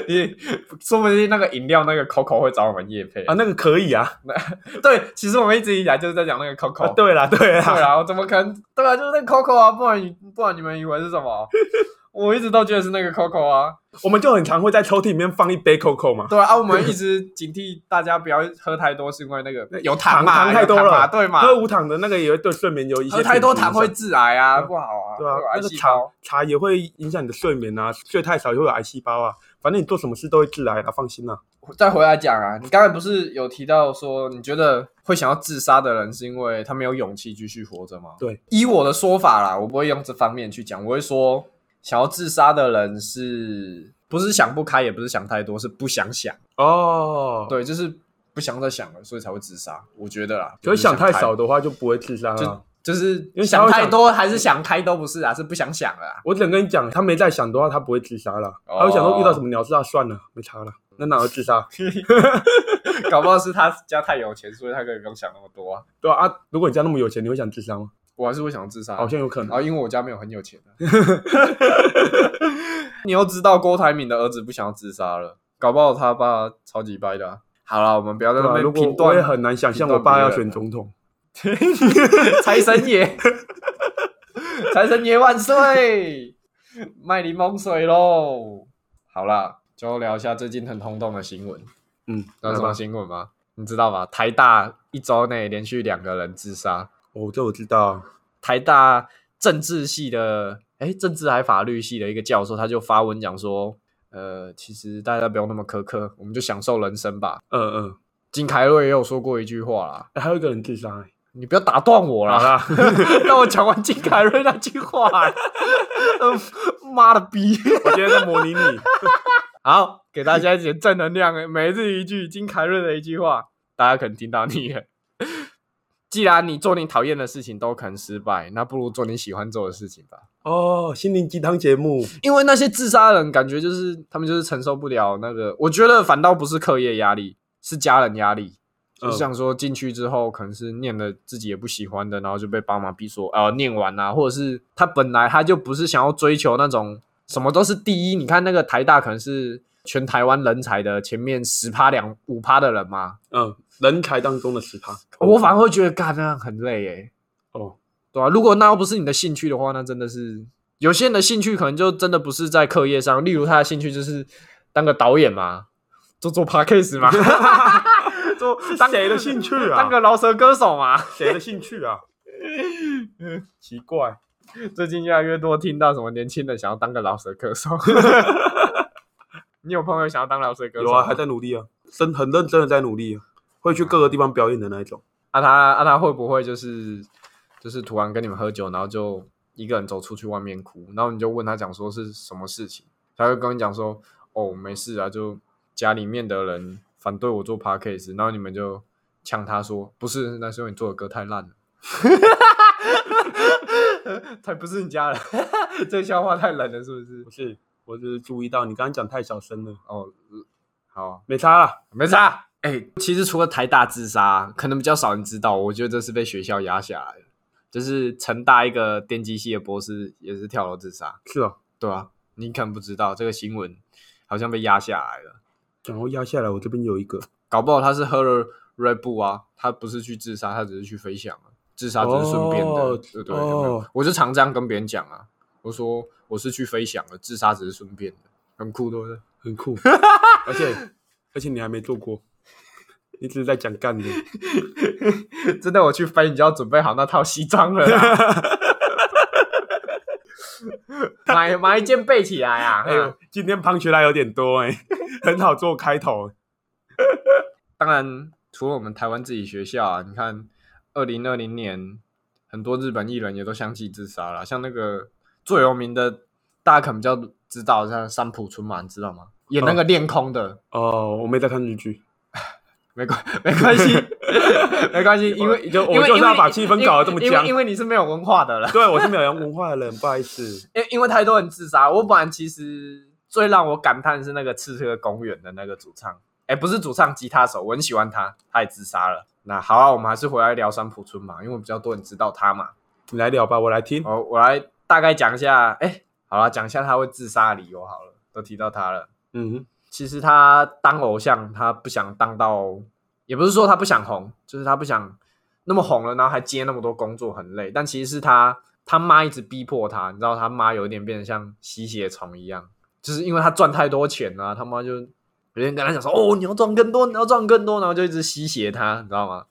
S2: 你说不定那个饮料那个 Coco 会找我们叶配
S1: 啊，那个可以啊。
S2: 对，其实我们一直以来就是在讲那个 Coco，、
S1: 啊，对啦，对啦，
S2: 对啊，我怎么可能？对啊，就是那个 Coco 啊，不然你不然你们以为是什么？ *laughs* 我一直都觉得是那个 Coco 啊，
S1: 我们就很常会在抽屉里面放一杯 Coco 嘛。
S2: 对啊，啊我们一直警惕大家不要喝太多，是因为那个有
S1: 糖
S2: 嘛，
S1: 糖太多
S2: 有糖嘛
S1: 了，
S2: 对嘛？
S1: 喝无糖的那个也会对睡眠有一些
S2: 喝太多糖会
S1: 影响
S2: 致癌啊，
S1: 对啊
S2: 不好啊，
S1: 对啊
S2: 会有，癌
S1: 那个
S2: 细
S1: 茶
S2: 胞。
S1: 茶也会影响你的睡眠啊，睡太少也会有癌细胞啊。反正你做什么事都会致癌的，放心啦。
S2: 再回来讲啊，你刚才不是有提到说，你觉得会想要自杀的人是因为他没有勇气继续活着吗？
S1: 对，
S2: 依我的说法啦，我不会用这方面去讲，我会说，想要自杀的人是不是想不开，也不是想太多，是不想想，
S1: 哦，，
S2: 对，就是不想再想了，所以才会自杀。我觉得啦，
S1: 所以想太少
S2: 了，
S1: 的话就不会自杀
S2: 就
S1: 了。
S2: 就是
S1: 因为想
S2: 想
S1: 要
S2: 太多还是想开都不是啊，是不想想了啊。
S1: 我只能跟你讲，他没在想的话，他不会自杀了。
S2: 哦嗯
S1: 他会想说遇到什么鸟事啊，算了，没差了，那哪会自
S2: *laughs*
S1: 杀？
S2: 搞不好是他家太有钱，所以他可以不用想那么多啊。
S1: 对啊，啊如果你家那么有钱，你会想自杀吗？
S2: 我还是会想自杀啊，
S1: 好像有可
S2: 然
S1: 能。
S2: 后因为我家没有很有钱、啊， *laughs* 你又知道郭台铭的儿子不想要自杀了，搞不好他爸超级掰的啊、好了，我们不要在
S1: 对
S2: 那
S1: 啊，
S2: 边
S1: 如
S2: 评
S1: 果我也
S2: 断
S1: 很难想象
S2: 评
S1: 我
S2: 断
S1: 爸
S2: 别
S1: 要
S2: 人
S1: 选
S2: 啊
S1: 总统。
S2: 财神爷，财神爷万岁，卖柠檬水喽！好啦，就聊一下最近很轰动的新闻，
S1: 嗯，
S2: 那
S1: 来
S2: 什
S1: 吧
S2: 么新闻吗？你知道吧？台大一周内连续两个人自杀，
S1: 哦，这我知道。
S2: 台大政治系的，哎，政治还法律系的一个教授，他就发文讲说，呃，其实大家不用那么苛刻，我们就享受人生吧。
S1: 嗯嗯，
S2: 金凯瑞也有说过一句话啦，
S1: 哎还有一个人自杀、欸。
S2: 你不要打断我
S1: 好
S2: 啦， *laughs*
S1: 啦，
S2: 让我讲完金凯瑞那句话啦。嗯妈的逼！ *laughs*
S1: 我今天在模拟你。
S2: 好，给大家一点正能量，每日一句金凯瑞的一句话，大家可能听到腻了。 *laughs* 既然你做你讨厌的事情都可能失败，那不如做你喜欢做的事情吧。
S1: 哦，心灵鸡汤节目。
S2: 因为那些自杀的人，感觉就是他们就是承受不了那个，我觉得反倒不是课业压力，是家人压力。就
S1: 嗯
S2: 像说进去之后，可能是念了自己也不喜欢的，然后就被爸妈逼说，呃，念完啊，或者是他本来他就不是想要追求那种什么都是第一。你看那个台大可能是全台湾人才的前面十趴两五趴的人嘛，
S1: 嗯，人才当中的十趴。
S2: 我反而会觉得干那样很累欸耶、
S1: 哦，
S2: 对啊，如果那又不是你的兴趣的话，那真的是有些人的兴趣可能就真的不是在课业上，例如他的兴趣就是当个导演嘛，做做
S1: *laughs*
S2: podcast 嘛，
S1: 啊
S2: 做
S1: 是
S2: 当
S1: 谁的兴趣啊？
S2: 当个饶舌歌手嘛。 *laughs*
S1: 谁的兴趣 *laughs* 啊？奇怪，
S2: 最近越来越多听到什么年轻人想要当个饶舌歌手， *laughs* 你有朋友想要当饶舌歌手
S1: 有
S2: 吗？
S1: 啊，还在努力啊，真很认真的在努力、啊，会去各个地方表演的那一种。
S2: 啊他啊他会不会就是就是突然跟你们喝酒，然后就一个人走出去外面哭，然后你就问他讲说是什么事情，他会跟你讲说哦没事啊，就家里面的人反对我做 podcast，然后你们就呛他说不是，那是因为你做的歌太烂了。 *laughs* 才不是你家人， *laughs* 这笑话太冷了，是不是
S1: 不？是，我只是注意到你刚刚讲太小声了，
S2: 哦，好，啊
S1: 没差啦。
S2: 没差。哎、其实除了台大自杀，可能比较少人知道，我觉得这是被学校压下来的。就是成大一个电机系的博士也是跳楼自杀，
S1: 是哦，
S2: 对啊，你可能不知道这个新闻好像被压下来了。
S1: 然后压下来，我这边有一个，
S2: 搞不好他是喝了 Red Bull 啊，他不是去自杀，他只是去飞翔啊，自杀只是顺便的，
S1: 哦
S2: 对对？有没有
S1: 哦
S2: 我就常这样跟别人讲啊，我说我是去飞翔的，自杀只是顺便的，很酷，对不对？
S1: 很 *laughs* 酷，而且而且你还没做过，你只是在讲 *laughs* 干的。
S2: *laughs* 真的，我去飞，你就要准备好那套西装了
S1: *laughs*
S2: 啦。买买一件备起来啊！
S1: 哎呦，今天胖起来有点多 *laughs* 哎、很好做开头。
S2: 当然，除了我们台湾自己学校啊，你看，二零二零年很多日本艺人也都相继自杀了，像那个最有名的，大家可能比较知道，像三浦春马，你知道吗？演
S1: 嗯
S2: 那个恋空的，
S1: 哦，我没在看日 *laughs* 剧，
S2: 没关没
S1: *laughs*
S2: 关系，没关系，因为
S1: 就我
S2: 因为
S1: 就是要
S2: 因为
S1: 把气氛搞得这么
S2: 因为因
S1: 僵
S2: 为因为你是没有文化的了，
S1: 对我是没有洋文化的人，不好意思。
S2: 因为因为太多人自杀。我本来其实最让我感叹是那个《刺客公园》的那个主唱，哎，不是主唱，吉他手，我很喜欢他，他也自杀了。那好啊，我们还是回来聊三浦春马，因为比较多人知道他嘛。
S1: 你来聊吧，我来听。
S2: 哦，我来大概讲一下，哎，好了，讲一下他会自杀的理由好了，都提到他了。
S1: 嗯
S2: 其实他当偶像，他不想当到，也不是说他不想红，就是他不想那么红了，然后还接那么多工作，很累。但其实是他他妈一直逼迫他，你知道他妈有一点变得像吸血虫一样，就是因为他赚太多钱了、他妈就有人跟他讲说：“哦，你要赚更多，你要赚更多。”然后就一直吸血他，你知道吗？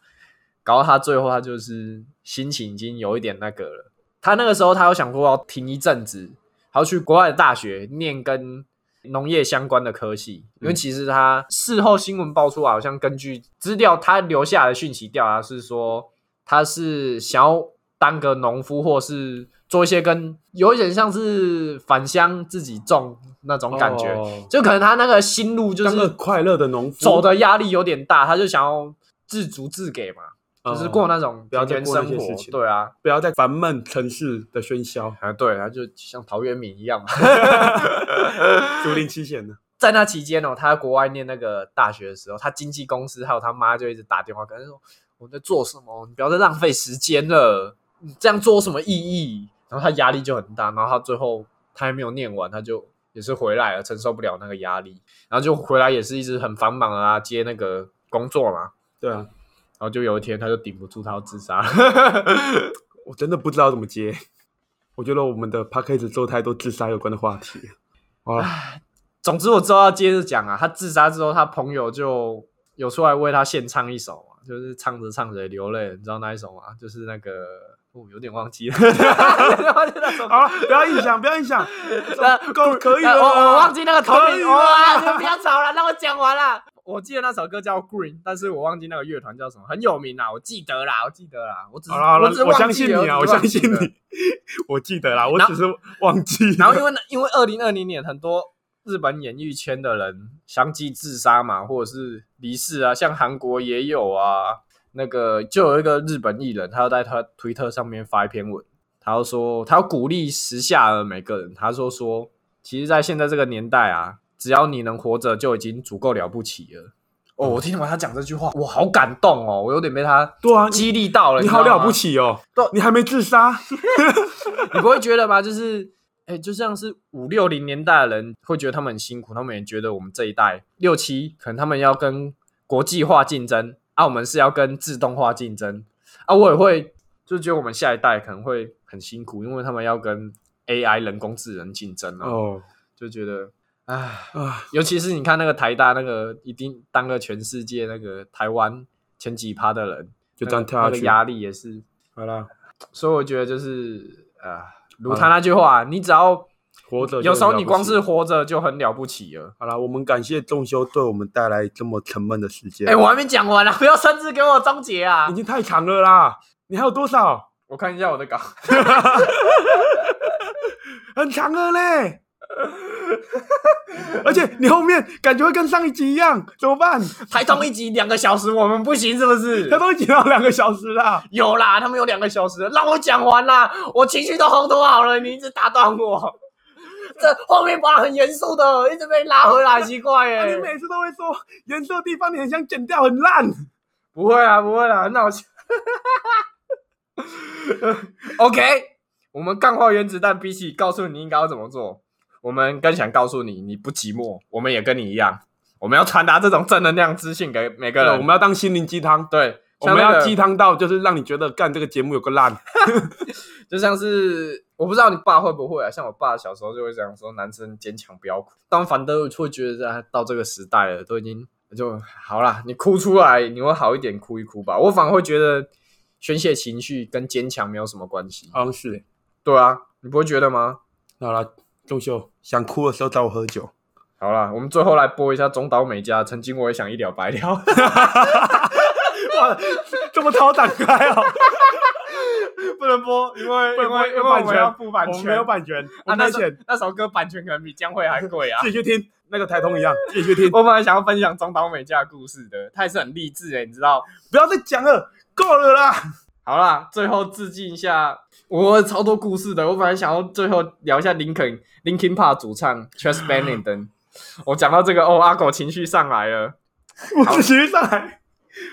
S2: 搞到他最后，他就是心情已经有一点那个了。他那个时候，他有想过要停一阵子，还要去国外的大学念跟农业相关的科系，因为
S1: 嗯
S2: 其实他事后新闻爆出来，好像根据资料他留下的讯息调查是说，他是想要当个农夫，或是做一些跟有一点像是返乡自己种那种
S1: 哼，
S2: 感觉，
S1: 哦
S2: 就可能他那个心路就
S1: 当个
S2: 是
S1: 快乐的农夫，
S2: 走的压力有点大，他就想要自足自给嘛，
S1: 哦
S2: 就是过那种
S1: 不要
S2: 田
S1: 再
S2: 园
S1: 过那
S2: 生
S1: 些
S2: 活
S1: 事。情
S2: 对啊，
S1: 不要在烦闷城市的喧嚣，
S2: 啊对啊，就像陶渊明
S1: *laughs*
S2: 一样嘛。 *laughs*
S1: 竹林七贤呢。
S2: 在那期间哦，他在国外念那个大学的时候，他经纪公司还有他妈就一直打电话跟他说：“我们在做什么？你不要再浪费时间了，你这样做有什么意义？”然后他压力就很大，然后他最后他还没有念完，他就也是回来了，承受不了那个压力，然后就回来也是一直很繁忙啊，接那个工作嘛。
S1: 对啊，
S2: 嗯然后就有一天他就顶不住，他要自杀。
S1: 我真的不知道怎么接。我觉得我们的 p a c k a g e 做太多自杀有关的话题啊了。好了，
S2: 总之我之后要接着讲啊，他自杀之后，他朋友就有出来为他献唱一首嘛，就是唱着唱着也流泪了，你知道那一首吗？就是那个，我、有点忘记了， *laughs* 忘记那首
S1: 好了，不要影响，不要影
S2: *laughs*
S1: 响，
S2: 那
S1: 够可以了
S2: 那
S1: 啦。
S2: 哦我我忘记那个同
S1: 可以
S2: 名，
S1: 了
S2: 哇，你们不要吵了，让我讲完了。我记得那首歌叫 Green，但是我忘记那个乐团叫什么，很有名啊，我记得啦，我记得啦，我只是
S1: 好了好了
S2: 只是，
S1: 我
S2: 忘
S1: 相
S2: 记
S1: 信
S2: 了
S1: 你啊，我
S2: 只是
S1: 相
S2: 忘记
S1: 信
S2: 了
S1: 你。 *laughs* 我记得啦，我
S2: 然后
S1: 只是忘记了。
S2: *laughs* 然后因为那因为二零二零年很多日本演艺圈的人相继自杀嘛，或者是离世啊，像韩国也有啊。那个就有一个日本艺人，他要在他推特上面发一篇文，他要说他要鼓励时下的每个人，他说说，其实，在现在这个年代啊，只要你能活着，就已经足够了不起了。哦，我听完他讲这句话，我好感动哦，我有点被他
S1: 对啊，
S2: 激励到了。
S1: 你
S2: 知道
S1: 好
S2: 吗
S1: 了不起哦
S2: 对，
S1: 你还没自杀。
S2: 你不会觉得吗？就是，哎、就像是五六零年代的人会觉得他们很辛苦，他们也觉得我们这一代六七，可能他们要跟国际化竞争，啊，我们是要跟自动化竞争，啊，我也会就觉得我们下一代可能会很辛苦，因为他们要跟 AI 人工智能竞争啊，
S1: 哦
S2: 就觉得，唉，
S1: 啊，
S2: 尤其是你看那个台大那个，一定当个全世界那个台湾前几趴的人，
S1: 就这样跳
S2: 那个
S1: 下
S2: 那个
S1: 去。
S2: 压力也是
S1: 好啦，
S2: 所以我觉得就是呃，如他那句话，你只要
S1: 活着就
S2: 有时候你光
S1: 很
S2: 是
S1: 了不起
S2: 活着就很了不起了。
S1: 好啦，我们感谢仲修对我们带来这么沉闷的时间。
S2: 哎、我还没讲完呢、 *laughs* 不要擅自给我终结啊
S1: 已！经太长了啦，你还有多少？
S2: 我看一下我的稿，
S1: 很长了嘞。 *laughs* 而且你后面感觉会跟上一集一样，怎么办？
S2: *laughs* 台中一集两个小时，我们不行是不是 *laughs*
S1: 他？都已经到两个小时啦。
S2: 有啦，他们有两个小时，让我讲完啦，我情绪都烘托好了，你一直打断我。 *laughs* 这后面把很严肃的，一直被拉回来，奇怪耶、
S1: 啊、你每次都会说颜色地方你很想剪掉，很烂。
S2: 不会啊，不会啦，那我 *laughs* OK，我们干化原子弹比起告诉你应该要怎么做，我们更想告诉你，你不寂寞，我们也跟你一样，我们要传达这种正能量资讯给每个
S1: 对，
S2: 人。
S1: 我们要当心灵鸡汤，
S2: 对，
S1: 我们
S2: 像
S1: 要
S2: 那个
S1: 鸡汤到就是让你觉得干这个节目有个烂，
S2: 就像是我不知道你爸会不会啊，像我爸小时候就会讲说，男生坚强不要哭。但反正我会觉得啊到这个时代了，都已经就好啦，你哭出来你会好一点，哭一哭吧。我反而会觉得宣泄情绪跟坚强没有什么关系。
S1: 好像是欸。
S2: 对啊，你不会觉得吗？
S1: 好了，仲秀想哭的时候找我喝酒。
S2: 好啦，我们最后来播一下中岛美嘉，曾经我也想一了百了。 *laughs*
S1: 哇， *laughs* 这么超展开 *laughs* 哦！
S2: 不能播，因 *laughs* 为
S1: 不能
S2: 因
S1: 播
S2: 为因为
S1: 有版权
S2: 我们要付版
S1: 我
S2: 权，
S1: 们没有版权，我
S2: 啊，
S1: 们
S2: 那
S1: 没
S2: 首
S1: 钱，
S2: 那首歌版权可能比江蕙还贵啊
S1: 自。己去听。那个台通一样，自己去听。
S2: 我本来想要分享中岛美嘉的故事的，她也是很励志欸的，你知道。
S1: 不要再讲了，够了啦！
S2: 好啦，最后致敬一下，我超多故事的。我本来想要最后聊一下林肯 Linkin Park 主唱 Chas
S1: *laughs*
S2: Bennington。我讲到这个哦，阿狗情绪上来了。
S1: 我情绪上来，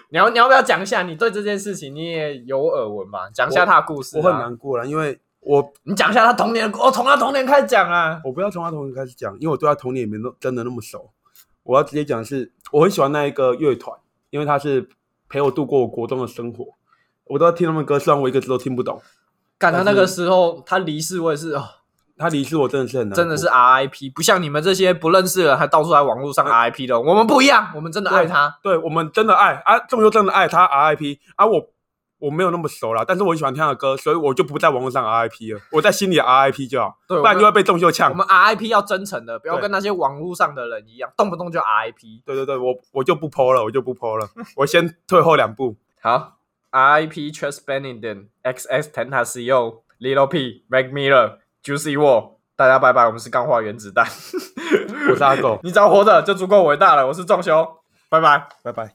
S2: 你要你要不要讲一下？你对这件事情你也有耳闻吧？讲一下他的故事、啊。
S1: 我很，难过了，因为我
S2: 你讲一下他童年的故，我、哦从他童年开始讲啊。
S1: 我不要从他童年开始讲，因为我对他童年也没那真的那么熟。我要直接讲的是，我很喜欢那一个乐团，因为他是陪我度过我国中的生活。我都要听他们歌，虽然我一个字都听不懂。
S2: 感他那个时候他离世，我也是哦，
S1: 他离世我真的是很难过，
S2: 真的是 RIP，不像你们这些不认识的人还到处在网络上 RIP 的，我们不一样，我们真的爱他。
S1: 对我们真的爱啊，这么说真的爱他 RIP 啊，我我没有那么熟啦，但是我很喜欢听他的歌，所以我就不在网络上 RIP 了，我在心里 RIP 就好，
S2: 对，
S1: 不
S2: 我
S1: 然
S2: 们
S1: 就会被众秀呛
S2: 我。们 RIP 要真诚的，不要
S1: 对
S2: 跟那些网络上的人一样，动不动就 RIP。
S1: 对对对，我我就不 PO 了，我就不 PO 了，我先退后两步。
S2: 好，RIP Chess Bennington、XX Tentacion、Little P、Mac Miller、Juicy Wall，大家拜拜，我们是钢化原子弹。 *laughs*，
S1: 我是阿狗
S2: 你只要活着就足够伟大了，我是仲雄，拜拜。
S1: 拜拜。